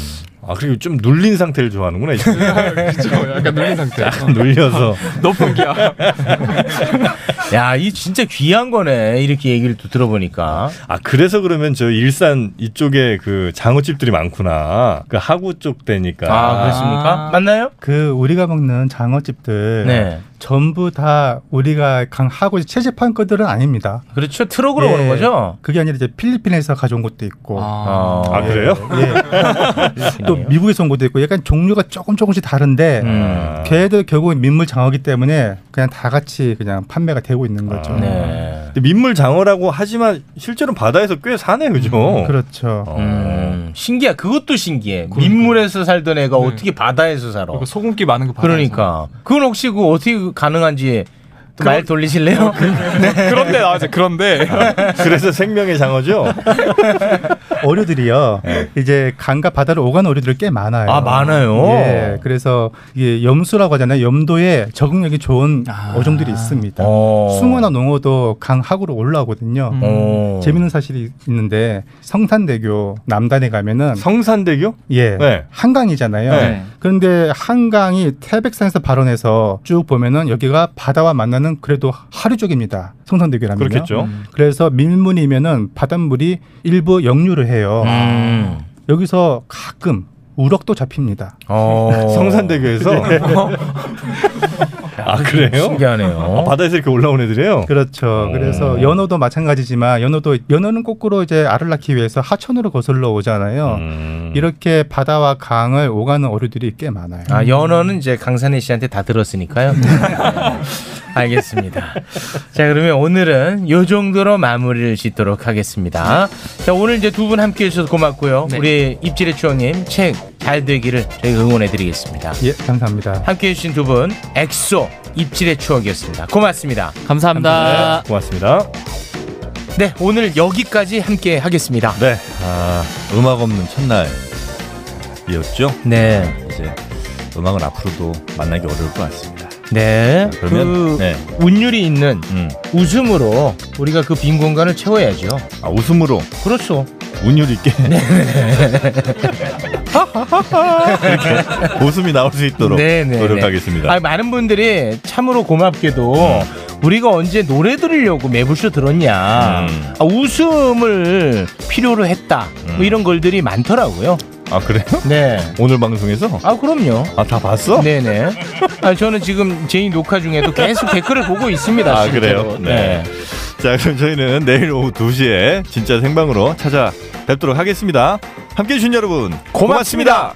Speaker 8: 아 그리고 좀 눌린 상태를 좋아하는구나. 이제.
Speaker 16: 그렇죠. 약간 눌린 상태.
Speaker 8: 약간 눌려서.
Speaker 16: 높은 기압.
Speaker 9: 야, 이 진짜 귀한 거네. 이렇게 얘기를 또 들어보니까.
Speaker 8: 아 그래서 그러면 저 일산 이쪽에 그 장어집들이 많구나. 그 하구 쪽 되니까.
Speaker 9: 아, 그렇습니까? 맞나요?
Speaker 17: 그 우리가 먹는 장어집들
Speaker 9: 네.
Speaker 17: 전부 다 우리가 강하고 채집한 것들은 아닙니다.
Speaker 9: 그렇죠. 트럭으로
Speaker 17: 예,
Speaker 9: 오는 거죠.
Speaker 17: 그게 아니라 이제 필리핀에서 가져온 것도 있고.
Speaker 9: 아. 아,
Speaker 17: 예,
Speaker 9: 그래요?
Speaker 17: 예. 또 미국에서 온 것도 있고 약간 종류가 조금 조금씩 다른데
Speaker 9: 음.
Speaker 17: 걔도 결국은 민물 장어기 때문에 그냥 다 같이 그냥 판매가 되고 있는
Speaker 9: 아.
Speaker 17: 거죠.
Speaker 9: 네.
Speaker 8: 근데 민물 장어라고 하지만 실제로는 바다에서 꽤 사네 그죠? 어.
Speaker 17: 그렇죠.
Speaker 9: 음, 신기해. 그것도 신기해.
Speaker 8: 그러니까.
Speaker 9: 민물에서 살던 애가
Speaker 8: 네.
Speaker 9: 어떻게 바다에서 살아?
Speaker 16: 소금기 많은 거
Speaker 9: 그러니까. 그건 혹시 그 어떻게 그 가능한지 또말 돌리실래요?
Speaker 16: 아, 그-
Speaker 9: 네.
Speaker 16: 그런데 나왔어. 그런데.
Speaker 8: 그래서 생명의 장어죠.
Speaker 17: 어류들이요. 이제 강과 바다를 오가는 어류들이 꽤 많아요.
Speaker 9: 아, 많아요?
Speaker 17: 예. 그래서 이게 염수라고 하잖아요. 염도에 적응력이 좋은 어종들이 있습니다. 숭어나 농어도 강 하구로 올라오거든요.
Speaker 9: 음.
Speaker 17: 재밌는 사실이 있는데 성산대교 남단에 가면은
Speaker 8: 성산대교?
Speaker 17: 예.
Speaker 8: 네.
Speaker 17: 한강이잖아요.
Speaker 8: 네.
Speaker 17: 그런데 한강이 태백산에서 발원해서 쭉 보면은 여기가 바다와 만나는 그래도 하류 쪽입니다. 성산대교라면.
Speaker 8: 그렇겠죠. 음.
Speaker 17: 그래서 밀문이면은 바닷물이 일부 역류를 해요.
Speaker 9: 음.
Speaker 17: 여기서 가끔 우럭도 잡힙니다.
Speaker 8: 어. 성산대교에서?
Speaker 17: 예.
Speaker 8: 아 그래요? 아,
Speaker 9: 신기하네요.
Speaker 8: 바다에서 이렇게 올라온 애들이에요. 어.
Speaker 17: 그렇죠. 그래서 연어도 마찬가지지만 연어도 연어는 거꾸로 이제 알을 낳기 위해서 하천으로 거슬러 오잖아요.
Speaker 8: 음.
Speaker 17: 이렇게 바다와 강을 오가는 어류들이 꽤 많아요.
Speaker 9: 아, 연어는 이제 강산혜 씨한테 다
Speaker 16: 네.
Speaker 9: 들었으니까요. 알겠습니다. 자, 그러면 오늘은 요 정도로 마무리를 짓도록 하겠습니다. 자, 오늘 이제 두 분 함께 해주셔서 고맙고요.
Speaker 16: 네.
Speaker 9: 우리 입질의 추억님 책 잘 되기를 저희 응원해 드리겠습니다.
Speaker 17: 예, 감사합니다.
Speaker 9: 함께 해주신 두 분, 엑소 입질의 추억이었습니다. 고맙습니다.
Speaker 16: 감사합니다.
Speaker 9: 네,
Speaker 8: 고맙습니다.
Speaker 9: 네, 오늘 여기까지 함께 하겠습니다.
Speaker 8: 네. 아, 음악 없는 첫날이었죠.
Speaker 9: 네.
Speaker 8: 이제 음악은 앞으로도 만나기 어려울 것 같습니다.
Speaker 9: 네.
Speaker 8: 그러면-
Speaker 9: 그
Speaker 8: 네. 음.
Speaker 9: 운율이 있는 웃음으로 우리가 그 빈 공간을 채워야죠.
Speaker 8: 아, 웃음으로.
Speaker 9: 그렇죠. 네.
Speaker 8: 운율 있게. 네. 이렇게 웃음이 나올 수 있도록
Speaker 9: 네네.
Speaker 8: 노력하겠습니다. 음.
Speaker 9: 아, 많은 분들이 참으로 고맙게도 우리가 언제 노래 들으려고 매부쇼 들었냐.
Speaker 8: 음.
Speaker 9: 아, 웃음을 필요로 했다. 뭐 이런 글들이 많더라고요.
Speaker 8: 아 그래요?
Speaker 9: 네.
Speaker 8: 오늘 방송에서?
Speaker 9: 아 그럼요.
Speaker 8: 아 다 봤어?
Speaker 9: 네네. 아, 저는 지금 제이 녹화 중에도 계속 댓글을 보고 있습니다.
Speaker 8: 아 그래요?
Speaker 9: 실제로.
Speaker 8: 네. 자 그럼 저희는 내일 오후 2시에 진짜 생방으로 찾아뵙도록 하겠습니다. 함께해 주신 여러분 고맙습니다.